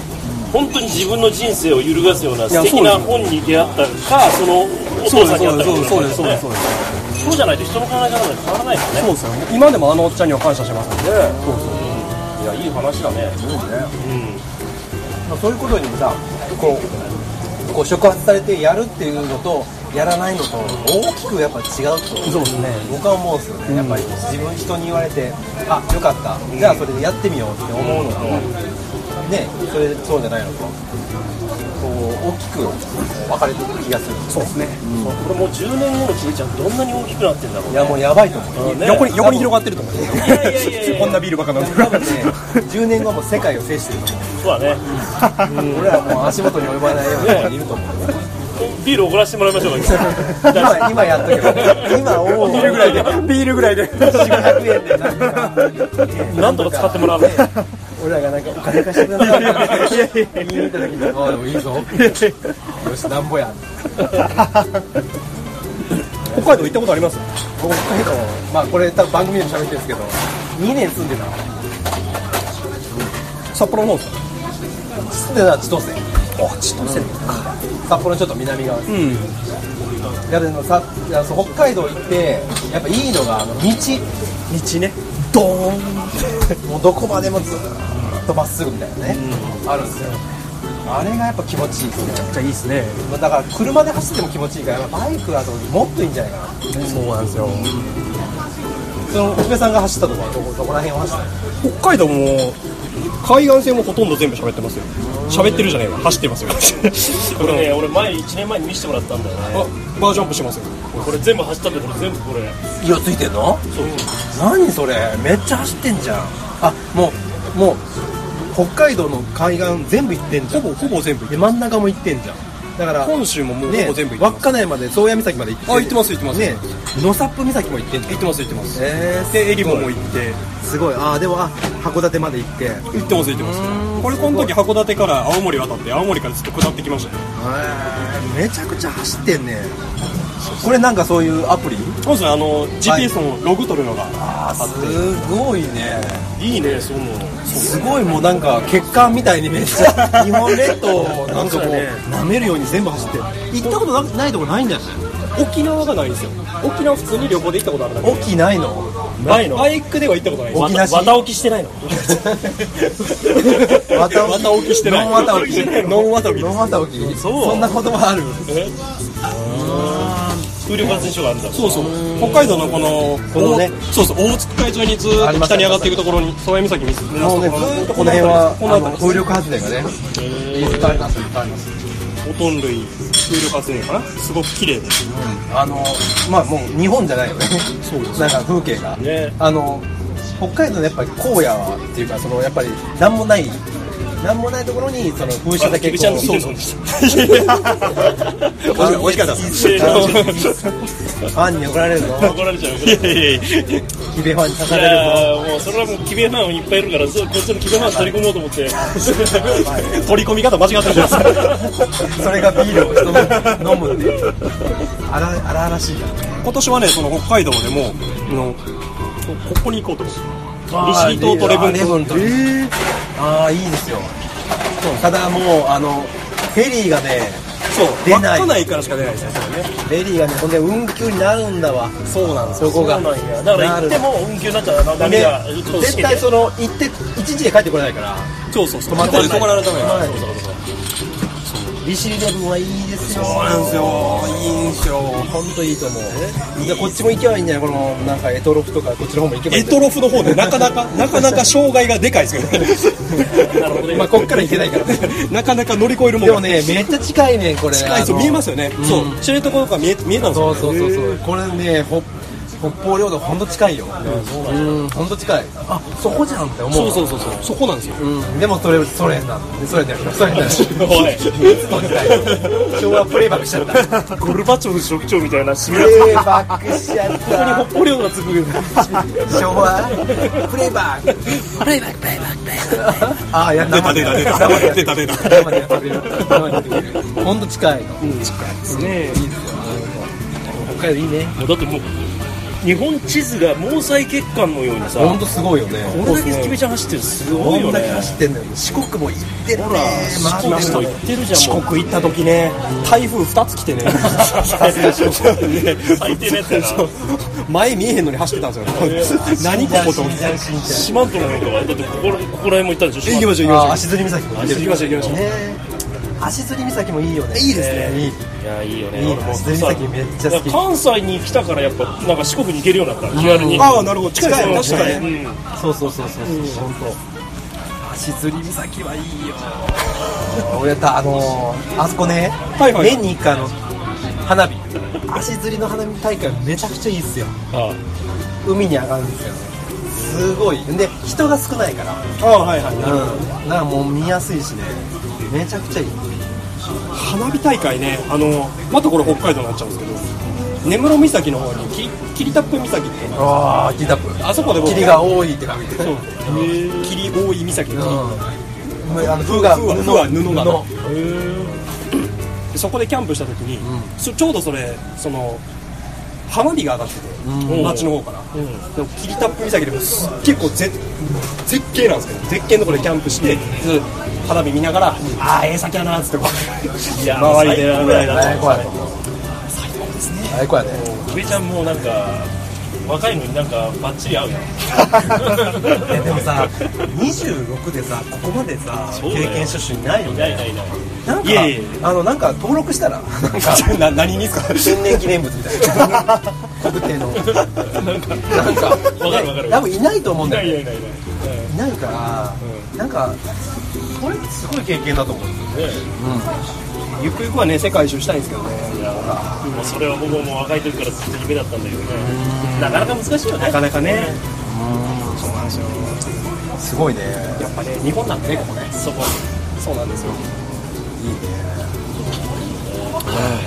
[SPEAKER 2] 本当に自分の人生を揺るがすようない
[SPEAKER 6] や
[SPEAKER 2] 素敵な本に出会ったかそのお
[SPEAKER 6] そ
[SPEAKER 2] 父
[SPEAKER 6] うで
[SPEAKER 2] さ
[SPEAKER 6] す
[SPEAKER 2] んに会っ
[SPEAKER 6] そう
[SPEAKER 2] た
[SPEAKER 6] です
[SPEAKER 2] か
[SPEAKER 6] そうですそうですそうですそうです
[SPEAKER 2] そうじゃないと人の考え方なんて変わらないよね
[SPEAKER 6] そうですよね今でもあのおっちゃんには感謝してますね
[SPEAKER 2] いやいい話だね
[SPEAKER 4] そういうことにもさこうこう触発されてやるっていうのとやらないのと大きくやっぱ違うと
[SPEAKER 6] そうですね
[SPEAKER 4] 僕は思うんですよね、やっぱり自分人に言われてあよかったじゃあそれでやってみようって思うのと、ねそれそうじゃないのとこう大きく分かれてる気がする
[SPEAKER 6] そうですね
[SPEAKER 2] これもう10年後のキベちゃんどんなに大きくなってんだろう
[SPEAKER 4] いやもうやばいと思う
[SPEAKER 2] ね
[SPEAKER 6] 横に横に広がってると思う
[SPEAKER 2] やいやいやいや
[SPEAKER 6] こんなビールばっか飲んで
[SPEAKER 4] 多分
[SPEAKER 6] る
[SPEAKER 4] ね10年後も世界を制してると思う
[SPEAKER 2] そうだね
[SPEAKER 4] 俺らもう足元に及ばないようにいると思う
[SPEAKER 5] ビールおごらせてもらいましょうかだし
[SPEAKER 4] 今今やっとけば今おお
[SPEAKER 6] ビールぐらいでビールぐらい で
[SPEAKER 4] 500円でなんとか
[SPEAKER 5] なんとか使ってもらうね
[SPEAKER 4] 俺らがなんかお金貸してくださいって言いに行った時にああでもいいぞよしなんぼや
[SPEAKER 6] 北海道行ったことあります
[SPEAKER 4] 北海道まあこれ多分番組でも喋ってるんですけど2年住んでた
[SPEAKER 6] 札幌の方ですか
[SPEAKER 4] 住んでた千歳あ千歳か札幌のちょっと南側です
[SPEAKER 6] うん
[SPEAKER 4] いやでもさいやそう北海道行ってやっぱいいのがあの道
[SPEAKER 6] 道ね
[SPEAKER 4] ドーンってもうどこまでもずーっとまっすぐみたいなね、あるんですよあれがやっぱ気持ちいいですね
[SPEAKER 6] じゃあいいですね
[SPEAKER 4] まあだから車で走っても気持ちいいからやっぱバイクだともっといいんじゃないかな
[SPEAKER 6] そうなんですよ
[SPEAKER 4] そのおめさんが走ったとこはどこどこら辺を走ったの
[SPEAKER 6] 北海道も海岸線もほとんど全部喋ってますよ喋ってるじゃないわ走ってますよ
[SPEAKER 5] これ ね俺前1年前に見せてもらったんだよね
[SPEAKER 6] あバージョンアップしてますよ
[SPEAKER 5] これ全部走ったんだよこれ全部これ
[SPEAKER 4] いやついてんの何それめっちゃ走ってんじゃんあもうもう北海道の海岸全部行ってんじゃ
[SPEAKER 6] ほ
[SPEAKER 4] ん
[SPEAKER 6] ぼほぼ全部
[SPEAKER 4] で真ん中も行ってんじゃんだから
[SPEAKER 6] 本州ももうほぼ全部行ってます、
[SPEAKER 4] 稚内まで宗谷岬まで行ってんじゃん
[SPEAKER 6] あ行ってます行ってます
[SPEAKER 4] ね野サップ岬も行ってんじゃん
[SPEAKER 6] 行ってます行ってます
[SPEAKER 4] えー
[SPEAKER 6] でエリボも行って
[SPEAKER 4] すごいああでもあ函館まで行ってへ
[SPEAKER 6] 行ってます行ってますこれこの時函館から青森渡って青森からずっと下ってきましたね
[SPEAKER 4] えめちゃくちゃ走ってんねこれなんかそういうアプリ
[SPEAKER 6] そうですねあの GPS のログ取るのが、
[SPEAKER 4] あすごいね
[SPEAKER 5] いいねその
[SPEAKER 4] すごいもうなんか血管みたいにめっち ゃ日本列島をなんかもう舐めるように全部走ってる行ったことなないとこないんじゃない
[SPEAKER 6] 沖縄がないんですよ沖縄普通に旅行で行ったことあるだけで
[SPEAKER 4] 沖ないの
[SPEAKER 5] ないの
[SPEAKER 6] バイクでは行ったことないです
[SPEAKER 5] わ
[SPEAKER 4] 沖なした
[SPEAKER 5] わた置きしてない の
[SPEAKER 6] わた置きしてない
[SPEAKER 4] ノンわた起き
[SPEAKER 6] ノンわた起き
[SPEAKER 4] ノンワタオキ
[SPEAKER 5] そう
[SPEAKER 4] そんな言葉ある
[SPEAKER 5] 風力発電所があるんだ
[SPEAKER 6] そうそう北海道のこの
[SPEAKER 4] このね
[SPEAKER 6] おそうそう大津区海沿いにずーっと北に上がっていくところに宗谷岬見つけ
[SPEAKER 4] もうねずーっとこの辺は
[SPEAKER 6] この
[SPEAKER 4] あの
[SPEAKER 6] 辺り
[SPEAKER 4] 風力発電がねいっぱいありますいっぱいあります
[SPEAKER 6] ほとんどいい風力発電かなすごく綺麗です
[SPEAKER 4] あのまあもう日本じゃないよねそうなんか風景が
[SPEAKER 5] ね
[SPEAKER 4] あの北海道のやっぱり荒野はっていうかそのやっぱりなんもないなんもないところにその風車だけこ
[SPEAKER 5] うちゃん
[SPEAKER 4] う
[SPEAKER 5] と見てるそうで
[SPEAKER 6] おいしかった
[SPEAKER 4] ファンに怒られるぞ
[SPEAKER 5] 怒られちゃういやいやいや
[SPEAKER 4] ヒベファンに刺さ
[SPEAKER 5] い
[SPEAKER 4] れるぞ
[SPEAKER 5] やもうそれはもうキベファンいっぱいいるからそうこっちのキベファン取り込もうと思って
[SPEAKER 6] 取り込み方間違ってるじゃないですか
[SPEAKER 4] それがビールを人の飲むっていう荒々しいからね
[SPEAKER 6] 今年はねその北海道でもあのこここに行こうと思って西伊東とレブン島
[SPEAKER 4] ンとえああいいですよただもうあのフェリーがね
[SPEAKER 6] そう
[SPEAKER 4] 出ない
[SPEAKER 6] 稚内からしか出ないですねそれね
[SPEAKER 4] フェリーがねほんで運休になるんだわ
[SPEAKER 6] そうなんです
[SPEAKER 4] そこが
[SPEAKER 5] そうなんやだから行っても運休になっちゃうな波
[SPEAKER 4] で
[SPEAKER 5] がちょっと
[SPEAKER 4] 絶
[SPEAKER 5] し
[SPEAKER 4] 対
[SPEAKER 5] て
[SPEAKER 4] その行って一日で帰ってこれないから
[SPEAKER 6] そうそうそう
[SPEAKER 4] 止まってない
[SPEAKER 6] 止まられたのよ
[SPEAKER 4] はい利尻レブンはいいですよ
[SPEAKER 6] そうなんですよいいんですよ
[SPEAKER 4] 本当いいと思うじゃあこっちも行けばいいんじゃないこのなんかエトロフとかこっちの方も行けばいい
[SPEAKER 6] エ
[SPEAKER 4] んじゃ
[SPEAKER 6] ト
[SPEAKER 4] ない
[SPEAKER 6] ロフの方でなか なかなかなか障害がでかいですけどね
[SPEAKER 5] なるほどね
[SPEAKER 4] まあこっから行けないからね
[SPEAKER 6] なかなか乗り越えるもん
[SPEAKER 4] で
[SPEAKER 6] が
[SPEAKER 4] もねめっちゃ近いねこれ
[SPEAKER 6] 近いそう見えますよね、そう知床とか見え見えたんです
[SPEAKER 4] そ
[SPEAKER 6] よ
[SPEAKER 4] うそうそうそうこれねほ北方領土ほんと近いようんほんと近いあそこじゃんって思う
[SPEAKER 6] そうそうそうそうそこなんですよ
[SPEAKER 4] うんでもそれソ連なのソ連だよソ連だよ
[SPEAKER 5] おい
[SPEAKER 4] 昭和プレイバックしちゃったプ
[SPEAKER 5] ゴルバチョフ職長みたいな締め
[SPEAKER 4] レイバックしちゃった
[SPEAKER 6] 北方領土がつく
[SPEAKER 4] 昭和プレイバック
[SPEAKER 1] プレイバックプレイバックプレイバック
[SPEAKER 4] ああやっ
[SPEAKER 6] 出た出た出た出 た出た
[SPEAKER 4] ほんと近いの北海道いいね
[SPEAKER 5] もうだってもう日本地図が毛細血管のようにさ
[SPEAKER 4] ほんとすごいよね
[SPEAKER 5] これだけキベちゃん走ってるすごい
[SPEAKER 4] こ
[SPEAKER 5] よ
[SPEAKER 4] んだけ
[SPEAKER 5] ね
[SPEAKER 4] 走ってんのよ四国も行ってるね
[SPEAKER 5] 四国と行ってるじゃんもう
[SPEAKER 6] 四国行った時ね台風2つ来てね
[SPEAKER 5] 最低な
[SPEAKER 6] ね
[SPEAKER 5] やつやな
[SPEAKER 6] そう前見えへんのに走ってたん ですよ何ここと思って
[SPEAKER 5] 四万十の方がだってここらここら辺も行ったんでしょ
[SPEAKER 6] 行きましょう
[SPEAKER 4] あー
[SPEAKER 6] 行
[SPEAKER 4] 足摺岬も行ってる
[SPEAKER 6] きましょう行きましょう行きましょう
[SPEAKER 4] ね足摺岬もいいよねいいですねいい
[SPEAKER 5] いやいいよね
[SPEAKER 4] いい
[SPEAKER 5] 俺も
[SPEAKER 4] 足摺岬めっちゃ好き
[SPEAKER 5] いや関西に来たからやっぱなんか四国に行けるようになった気軽に
[SPEAKER 6] ああなるほど近い
[SPEAKER 5] うん
[SPEAKER 6] ですね確かに
[SPEAKER 5] うん
[SPEAKER 4] そうそうそうそうそう本当足摺岬はいいよ俺たあのーあそこね
[SPEAKER 6] はいはい
[SPEAKER 4] 年に一回あの花火足摺の花火大会めちゃくちゃいいっすよ
[SPEAKER 5] あ
[SPEAKER 4] 海に上がるんですよすごいで人が少ないから
[SPEAKER 6] ああはいはい
[SPEAKER 4] うん、なんかもう見やすいしねめちゃくちゃいい
[SPEAKER 6] 花火大会ねあのまたこれ北海道になっちゃうんですけど根室岬の方にき霧タップ岬って
[SPEAKER 4] ああ、ギタップ。
[SPEAKER 6] あそこで僕
[SPEAKER 4] 霧が多いって感じ。
[SPEAKER 6] そう霧多い岬
[SPEAKER 4] うん。
[SPEAKER 6] の
[SPEAKER 4] あの風が
[SPEAKER 6] 風は
[SPEAKER 4] 布
[SPEAKER 6] 風は布なの
[SPEAKER 4] 布
[SPEAKER 6] でそこでキャンプした時に、
[SPEAKER 4] う
[SPEAKER 6] そちょうどそれその花火が上がってて、
[SPEAKER 4] うん
[SPEAKER 6] 街の方から、でも霧タップ岬でもすっげえこうぜ絶景なんですけど絶景のところでキャンプして、ず花火見ながら、ああええ先やなーっつってこう
[SPEAKER 2] いやー、
[SPEAKER 6] 周りであ
[SPEAKER 4] あ
[SPEAKER 6] れだ
[SPEAKER 4] れこうやと。最高ですね。
[SPEAKER 2] 上ちゃんもなんか、若いのになんかバッチリ合うやん。
[SPEAKER 4] あれこうやでもさ、26でさ、ここまでさ、
[SPEAKER 2] そう
[SPEAKER 4] 経
[SPEAKER 2] だよ
[SPEAKER 4] 験者数いないよ
[SPEAKER 2] い
[SPEAKER 4] ね。
[SPEAKER 2] ないいないいない。
[SPEAKER 4] なんか
[SPEAKER 6] いやいやいや
[SPEAKER 4] あのなんか登録したらなんか
[SPEAKER 6] な何にですか
[SPEAKER 4] 天然記念物みたいな国定のなんか
[SPEAKER 2] わかるわかる
[SPEAKER 4] 多分いないと思うん
[SPEAKER 2] いな
[SPEAKER 4] だ
[SPEAKER 2] いい
[SPEAKER 4] よ
[SPEAKER 2] ないいないいない。
[SPEAKER 4] いないからなんかこれすごい経験だと思うんですよね
[SPEAKER 6] ゆくゆくはね世界一周したいんですけどね
[SPEAKER 2] もうそれは僕も若い時からずっと夢だったんだけどね。なかなか難しいよね。
[SPEAKER 6] なかなかね
[SPEAKER 4] すごいね
[SPEAKER 6] やっぱね日本なんでねここね
[SPEAKER 2] そこ。
[SPEAKER 6] そうなんですよ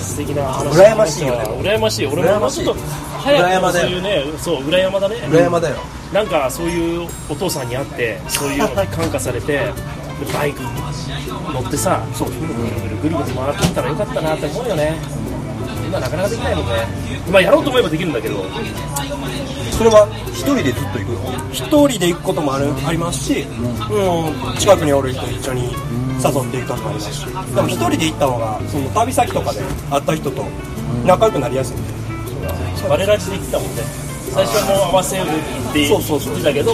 [SPEAKER 2] 素敵な話。
[SPEAKER 4] 羨ましいよね
[SPEAKER 2] 羨ましい。俺ももうちょっと
[SPEAKER 4] 羨
[SPEAKER 2] 早く
[SPEAKER 4] ましい
[SPEAKER 2] そういうね、そう、裏山だね。
[SPEAKER 4] 裏山だよ
[SPEAKER 2] なんかそういうお父さんに会ってそういうのに感化されてでバイク乗ってさそうぐるぐるぐるぐる回ってったらよかったなって思うよね今なかなかできないもんねまあやろうと思えばできるんだけど
[SPEAKER 6] それは一人でずっと行くの一人で行くこともあるありますし、うん、近くにおる人と一緒に誘っていくこともありますしでも一人で行った方がその旅先とかで会った人と仲良くなりやすいんで
[SPEAKER 2] バレラジで行ってたもんね最初はもう合わせるって言
[SPEAKER 6] そうそうそう
[SPEAKER 2] ってたけど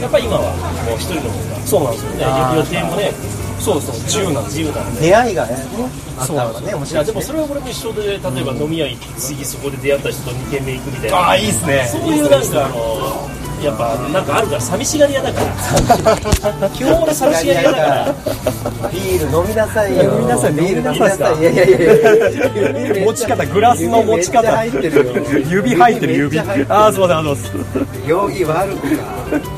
[SPEAKER 2] やっぱり今はもう一人の方が
[SPEAKER 6] そうなんですよね
[SPEAKER 2] ね予定もね
[SPEAKER 6] そうそう自由なんです
[SPEAKER 2] 自由なので
[SPEAKER 4] 出会いがねあったのがね面
[SPEAKER 2] い
[SPEAKER 4] 白
[SPEAKER 2] や
[SPEAKER 4] い
[SPEAKER 2] で
[SPEAKER 4] で
[SPEAKER 2] もそれは俺も一緒で例えば飲み屋行って次そこで出会った人と2軒目行くみたいな
[SPEAKER 6] ああいいっすね
[SPEAKER 2] そういうなんかあのやっぱなんかあるから寂しがり屋だから基本俺寂しがり屋だから
[SPEAKER 4] ビール飲みなさいよ
[SPEAKER 6] 飲みなさい
[SPEAKER 4] ビール飲みなさい
[SPEAKER 6] 飲
[SPEAKER 4] いやいやいやいやいや
[SPEAKER 6] 持ち方グラスの持ち方
[SPEAKER 4] 指めっちゃ入ってるよ
[SPEAKER 6] 指入ってる指
[SPEAKER 4] めっちゃ入ってる
[SPEAKER 6] ああすいませんあのす
[SPEAKER 4] 容疑悪くか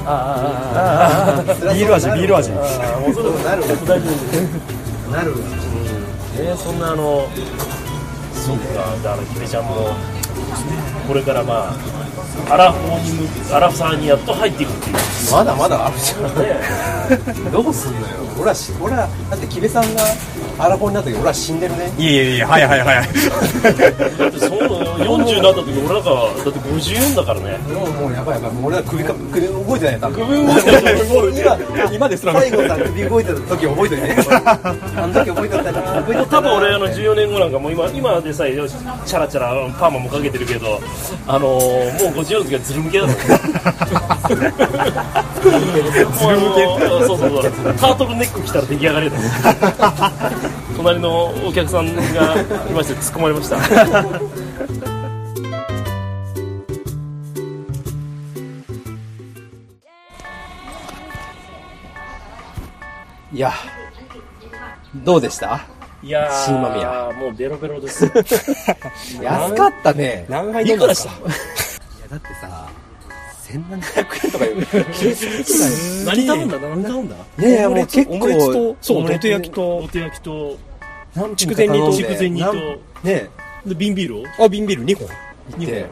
[SPEAKER 4] あああああ
[SPEAKER 6] ビール味ビール味
[SPEAKER 4] ああそうなるわなるわ
[SPEAKER 2] ねそんなあのそうかだからひめちゃんもこれからまあアラフォーに向アラフサーにやっと入っていくっていうね
[SPEAKER 4] まだまだあるじゃんどうすんのよ俺はし俺はだって木部さんがアラフォーになった時俺は死んでるね
[SPEAKER 6] いやいやいやはいはいはい
[SPEAKER 2] だってそう40になった時俺なんかだって54だからね
[SPEAKER 4] もうもうやばいやばいもう俺は首か首動いてない多分
[SPEAKER 6] 今今ですら
[SPEAKER 4] 最後さ首動いてた時覚えてるねあの時覚えてたから覚えてた
[SPEAKER 2] 多分俺あの14年後なんかもう今今でさえチャラチャラパーマもかけてるけどあのーもう54の時はズル向けだった ズル向けそうそうそうタートルネック着たら出来上がりだった隣のお客さんがいまして突っ込まれました
[SPEAKER 9] いや、どうでした
[SPEAKER 2] いやー
[SPEAKER 9] 新間宮
[SPEAKER 2] もうベロベロです
[SPEAKER 9] 安かったね。
[SPEAKER 6] 何杯飲んだんですか
[SPEAKER 4] いやだってさ
[SPEAKER 9] 100円とか言う。
[SPEAKER 2] 何頼んだ何頼んだ
[SPEAKER 9] いやいや、もう結
[SPEAKER 6] オムレツ
[SPEAKER 9] 構
[SPEAKER 6] と、そう土手焼き
[SPEAKER 2] お
[SPEAKER 6] と
[SPEAKER 2] 手焼きと
[SPEAKER 6] 筑前煮と
[SPEAKER 2] 筑前煮と
[SPEAKER 9] ね
[SPEAKER 2] で瓶ビールを
[SPEAKER 6] あ瓶ビール2本
[SPEAKER 2] 日
[SPEAKER 4] で
[SPEAKER 2] 本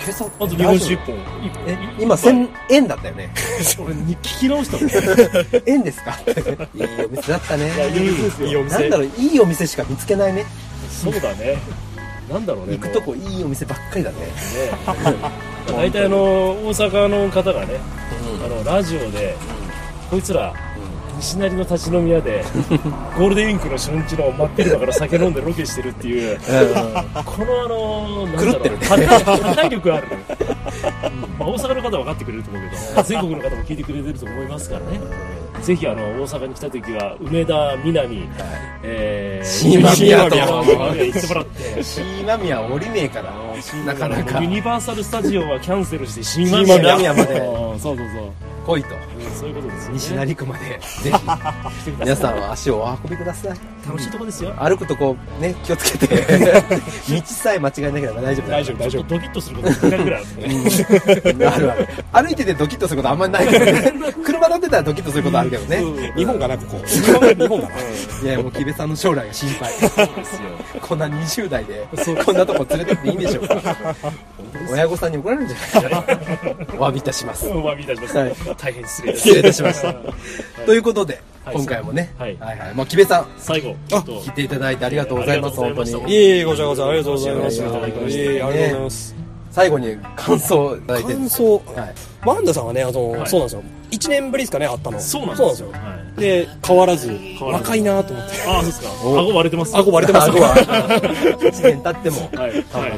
[SPEAKER 4] 木部さん
[SPEAKER 2] あと日本酒1本
[SPEAKER 4] え今1000円だったよね
[SPEAKER 2] 俺に聞き直したもんね
[SPEAKER 4] 円ですかいいお店だったね
[SPEAKER 2] いいお
[SPEAKER 4] なん
[SPEAKER 2] 店
[SPEAKER 4] だろういいお店しか見つけないね
[SPEAKER 2] そうだねなんだろうね
[SPEAKER 4] 行くとこいいお店ばっかりだね
[SPEAKER 2] もう ね大体あの大阪の方がね、あのラジオで、こいつら、西成の立ち飲み屋 でゴールデンウィークの初日の真っ昼だから酒飲んでロケしてるっていう、このあのなんだろう
[SPEAKER 4] 狂ってるね
[SPEAKER 2] 破壊破壊力ある、まあ、大阪の方は分かってくれると思うけど全国の方も聞いてくれてると思いますからね、ぜひあの大阪に来た時は梅田南、えー、
[SPEAKER 4] 新間宮と
[SPEAKER 2] 行ってもらって
[SPEAKER 4] 今宮降りねえからなかなか
[SPEAKER 2] ユニバーサル・スタジオはキャンセルして新
[SPEAKER 4] 新
[SPEAKER 2] 間
[SPEAKER 4] 間宮まで
[SPEAKER 2] そうそうそう
[SPEAKER 4] 来いと
[SPEAKER 2] うんそういうことですよね
[SPEAKER 4] 西成区まで、ぜひ、皆さんは足をお運びください。
[SPEAKER 2] 楽しいとこですよ
[SPEAKER 4] 歩くとこ、ね、気をつけて、道さえ間違えなければ大丈夫だ
[SPEAKER 6] 大丈夫大
[SPEAKER 2] ち
[SPEAKER 6] 丈
[SPEAKER 2] ょっ
[SPEAKER 6] 夫
[SPEAKER 2] とドキッとすること1回ぐらいあるんですね
[SPEAKER 4] あるある。歩いててドキッとすることあんまりないけどね。車乗ってたらドキッとすることあるけどね。
[SPEAKER 6] 日本がなんかこう日本がない
[SPEAKER 4] や、もう、木部さんの将来が心配。こんな20代で、こんなとこ連れてっていいんでしょうか。親御さんに怒られるんじゃないかな。お詫びいたします。
[SPEAKER 2] お詫びいたします
[SPEAKER 4] はい
[SPEAKER 2] 大変失礼です
[SPEAKER 4] 失礼いたしましたということで、
[SPEAKER 2] はい
[SPEAKER 4] 今回もね、
[SPEAKER 2] はい
[SPEAKER 4] はいはい。もう、木部さん、
[SPEAKER 2] 最後ちょっと
[SPEAKER 4] 来ていただいてありがとうございます、
[SPEAKER 2] あり
[SPEAKER 4] 本
[SPEAKER 2] がとうご
[SPEAKER 4] 当
[SPEAKER 2] ざいました
[SPEAKER 4] に。
[SPEAKER 6] いえいえこちらこそありがとうございま
[SPEAKER 2] い
[SPEAKER 6] すい
[SPEAKER 2] やいやいや
[SPEAKER 6] えいえありがとうございます
[SPEAKER 4] 最後に感想いただいてるん
[SPEAKER 6] 感
[SPEAKER 4] です
[SPEAKER 6] 想
[SPEAKER 4] はい
[SPEAKER 6] マンダさんはねあの、
[SPEAKER 2] はい
[SPEAKER 6] そうなんですよ1年ぶりですかね会ったの
[SPEAKER 2] そうなんですよ
[SPEAKER 6] そう
[SPEAKER 2] はい
[SPEAKER 6] なんですよで変わらず
[SPEAKER 2] わらず
[SPEAKER 6] 若いなと思って
[SPEAKER 2] ああそうですか顎割れてます
[SPEAKER 6] 顎割れてます
[SPEAKER 4] 顎は、1年経っても。
[SPEAKER 2] はい、はい、ありがとうござい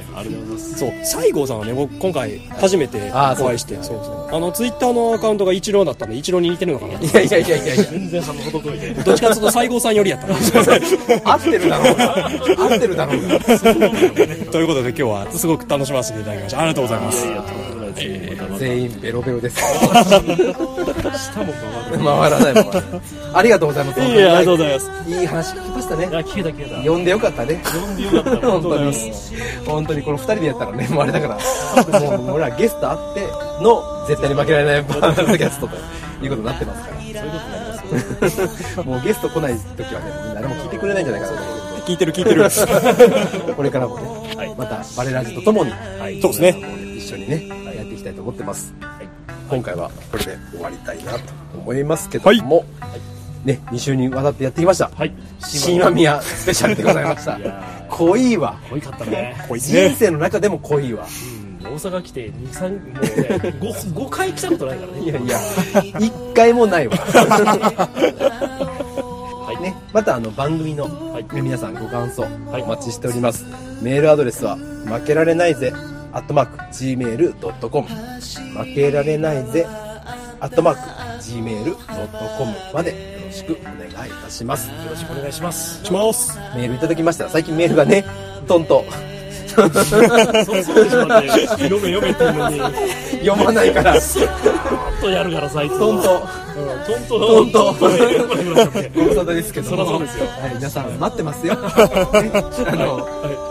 [SPEAKER 2] ます
[SPEAKER 6] そう西郷さんはね僕今回初めてお
[SPEAKER 4] あーそう
[SPEAKER 6] 会いしてそうそうあのツイッターのアカウントがイチローだったんでイチローに似てるのかなと
[SPEAKER 4] いやいやいやいやいや。
[SPEAKER 2] 全然鼻ほど遠いで
[SPEAKER 6] どっちかというと西郷さんよりやったな
[SPEAKER 4] 合ってるだろうが。合ってるだろうが。
[SPEAKER 6] ということで今日はすごく楽しませていただきましたありがとうございま
[SPEAKER 2] い
[SPEAKER 6] す
[SPEAKER 2] やいやとんでもないですまたまた
[SPEAKER 4] 全員ベロベロです。
[SPEAKER 2] 下も回る
[SPEAKER 4] 回らないもん。ありがとうございます。
[SPEAKER 6] いえいえありがとうございます
[SPEAKER 4] いい話聞きました
[SPEAKER 2] い
[SPEAKER 4] ね。
[SPEAKER 2] や聞けた聞けた
[SPEAKER 4] 呼んでよかったね。
[SPEAKER 2] 呼んでよかった
[SPEAKER 4] 本当
[SPEAKER 2] に
[SPEAKER 4] に。本当にこの二人でやったらね、もうあれだから。もう俺らゲストあっての、絶対に負けられないバーナーキャストということになってますから。 もうゲスト来ない時はね、もう誰も聞いてくれないんじゃないかなと思
[SPEAKER 6] 聞いてる聞いてるそう
[SPEAKER 4] って。 これからもね、またバレラジとともに、
[SPEAKER 6] ですね
[SPEAKER 4] 一緒にね、やっていきたいと思ってます。今回はこれで終わりたいなと思いますけども、ね、2週にわたってやってきました。
[SPEAKER 2] はい
[SPEAKER 4] 新間宮スペシャルでございました。濃いわ。
[SPEAKER 2] 濃いかったね
[SPEAKER 6] こいつ
[SPEAKER 4] 人
[SPEAKER 6] ね
[SPEAKER 4] 生の中でも濃いわ。
[SPEAKER 2] 大阪来て2、3、もうね、5、5回来たことないからね。
[SPEAKER 4] いやいや、一回もないわ。
[SPEAKER 2] はい。
[SPEAKER 4] ね、またあの番組の
[SPEAKER 2] はい。
[SPEAKER 4] 皆さんご感想
[SPEAKER 2] い
[SPEAKER 4] お待ちしております。メールアドレスは、負けられないぜ、アットマーク、gmail.com。負けられないぜ、アットマーク、gmail.com までよろしくお願いいたします。よろしく
[SPEAKER 2] お願いします。
[SPEAKER 6] します
[SPEAKER 4] メールいただきましたら、最近メールがね、トントン
[SPEAKER 2] そうそうちょっと待って読め読めって言うのに、
[SPEAKER 4] 読まないから、
[SPEAKER 2] パッとやるからさ、いつも
[SPEAKER 4] トントン
[SPEAKER 2] うんトントン。
[SPEAKER 4] トントン
[SPEAKER 2] トントン。ほらほらほら
[SPEAKER 4] ご無沙汰ですけど
[SPEAKER 2] そ
[SPEAKER 4] も
[SPEAKER 2] らそうですよ
[SPEAKER 4] はい、皆さん待ってますよ。ねあの、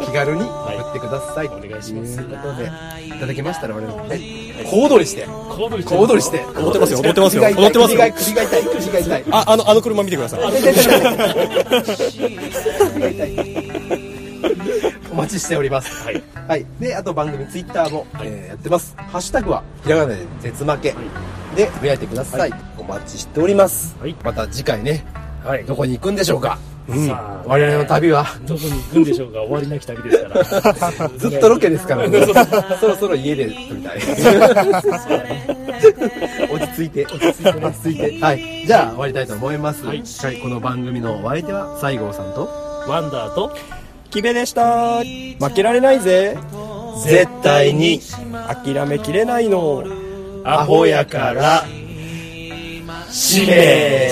[SPEAKER 4] 気軽に送ってください。
[SPEAKER 2] いお願いします
[SPEAKER 4] ということで、いただけましたら俺らもね、小躍りして、
[SPEAKER 2] 小躍りして
[SPEAKER 4] 小躍りして、
[SPEAKER 6] 踊ってますよ踊ってます
[SPEAKER 4] 首
[SPEAKER 6] よ
[SPEAKER 4] が痛い
[SPEAKER 6] 踊ってますよ
[SPEAKER 4] 首が痛い、首が痛い、首が痛い。
[SPEAKER 6] ああのあの車見てください
[SPEAKER 4] 痛い痛い痛い痛い お待ちしております。
[SPEAKER 2] はい。
[SPEAKER 4] はい。で、あと番組ツイッターも、えーやってます。ハッシュタグは、ひらがなで絶負け。で、つぶやいてください。お待ちしております。
[SPEAKER 2] はい
[SPEAKER 4] また次回ね、
[SPEAKER 2] はい。
[SPEAKER 4] どこに行くんでしょうか
[SPEAKER 2] さあ、
[SPEAKER 4] 我々の旅は。
[SPEAKER 2] どこに行くんでしょうか終わりなき旅ですから。
[SPEAKER 4] ずっとロケですからね。 そろそろ家で撮りたい。落ち着いて、落ち着いて、落ち着いて。はい。じゃあ終わりたいと思います。
[SPEAKER 2] はい
[SPEAKER 4] はい。この番組のお相手は、西郷さんと、
[SPEAKER 2] ワンダーと、
[SPEAKER 6] キベでした負けられないぜ
[SPEAKER 4] 絶対に、
[SPEAKER 6] 諦めきれないの
[SPEAKER 4] アホやから、しめ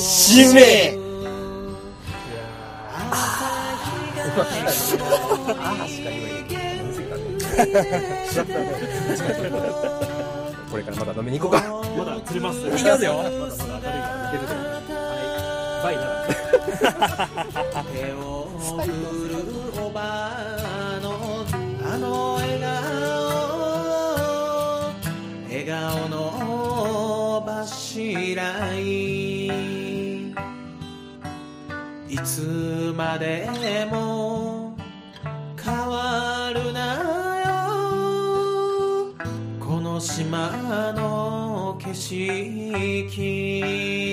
[SPEAKER 4] しめこれからまだ飲みに行こうか。
[SPEAKER 2] まだ釣れます。行き
[SPEAKER 6] ますよ
[SPEAKER 2] まだまだ明るいから。
[SPEAKER 4] バイな。
[SPEAKER 10] 笑顔の柱にいつまでも変わるなよこの島の景色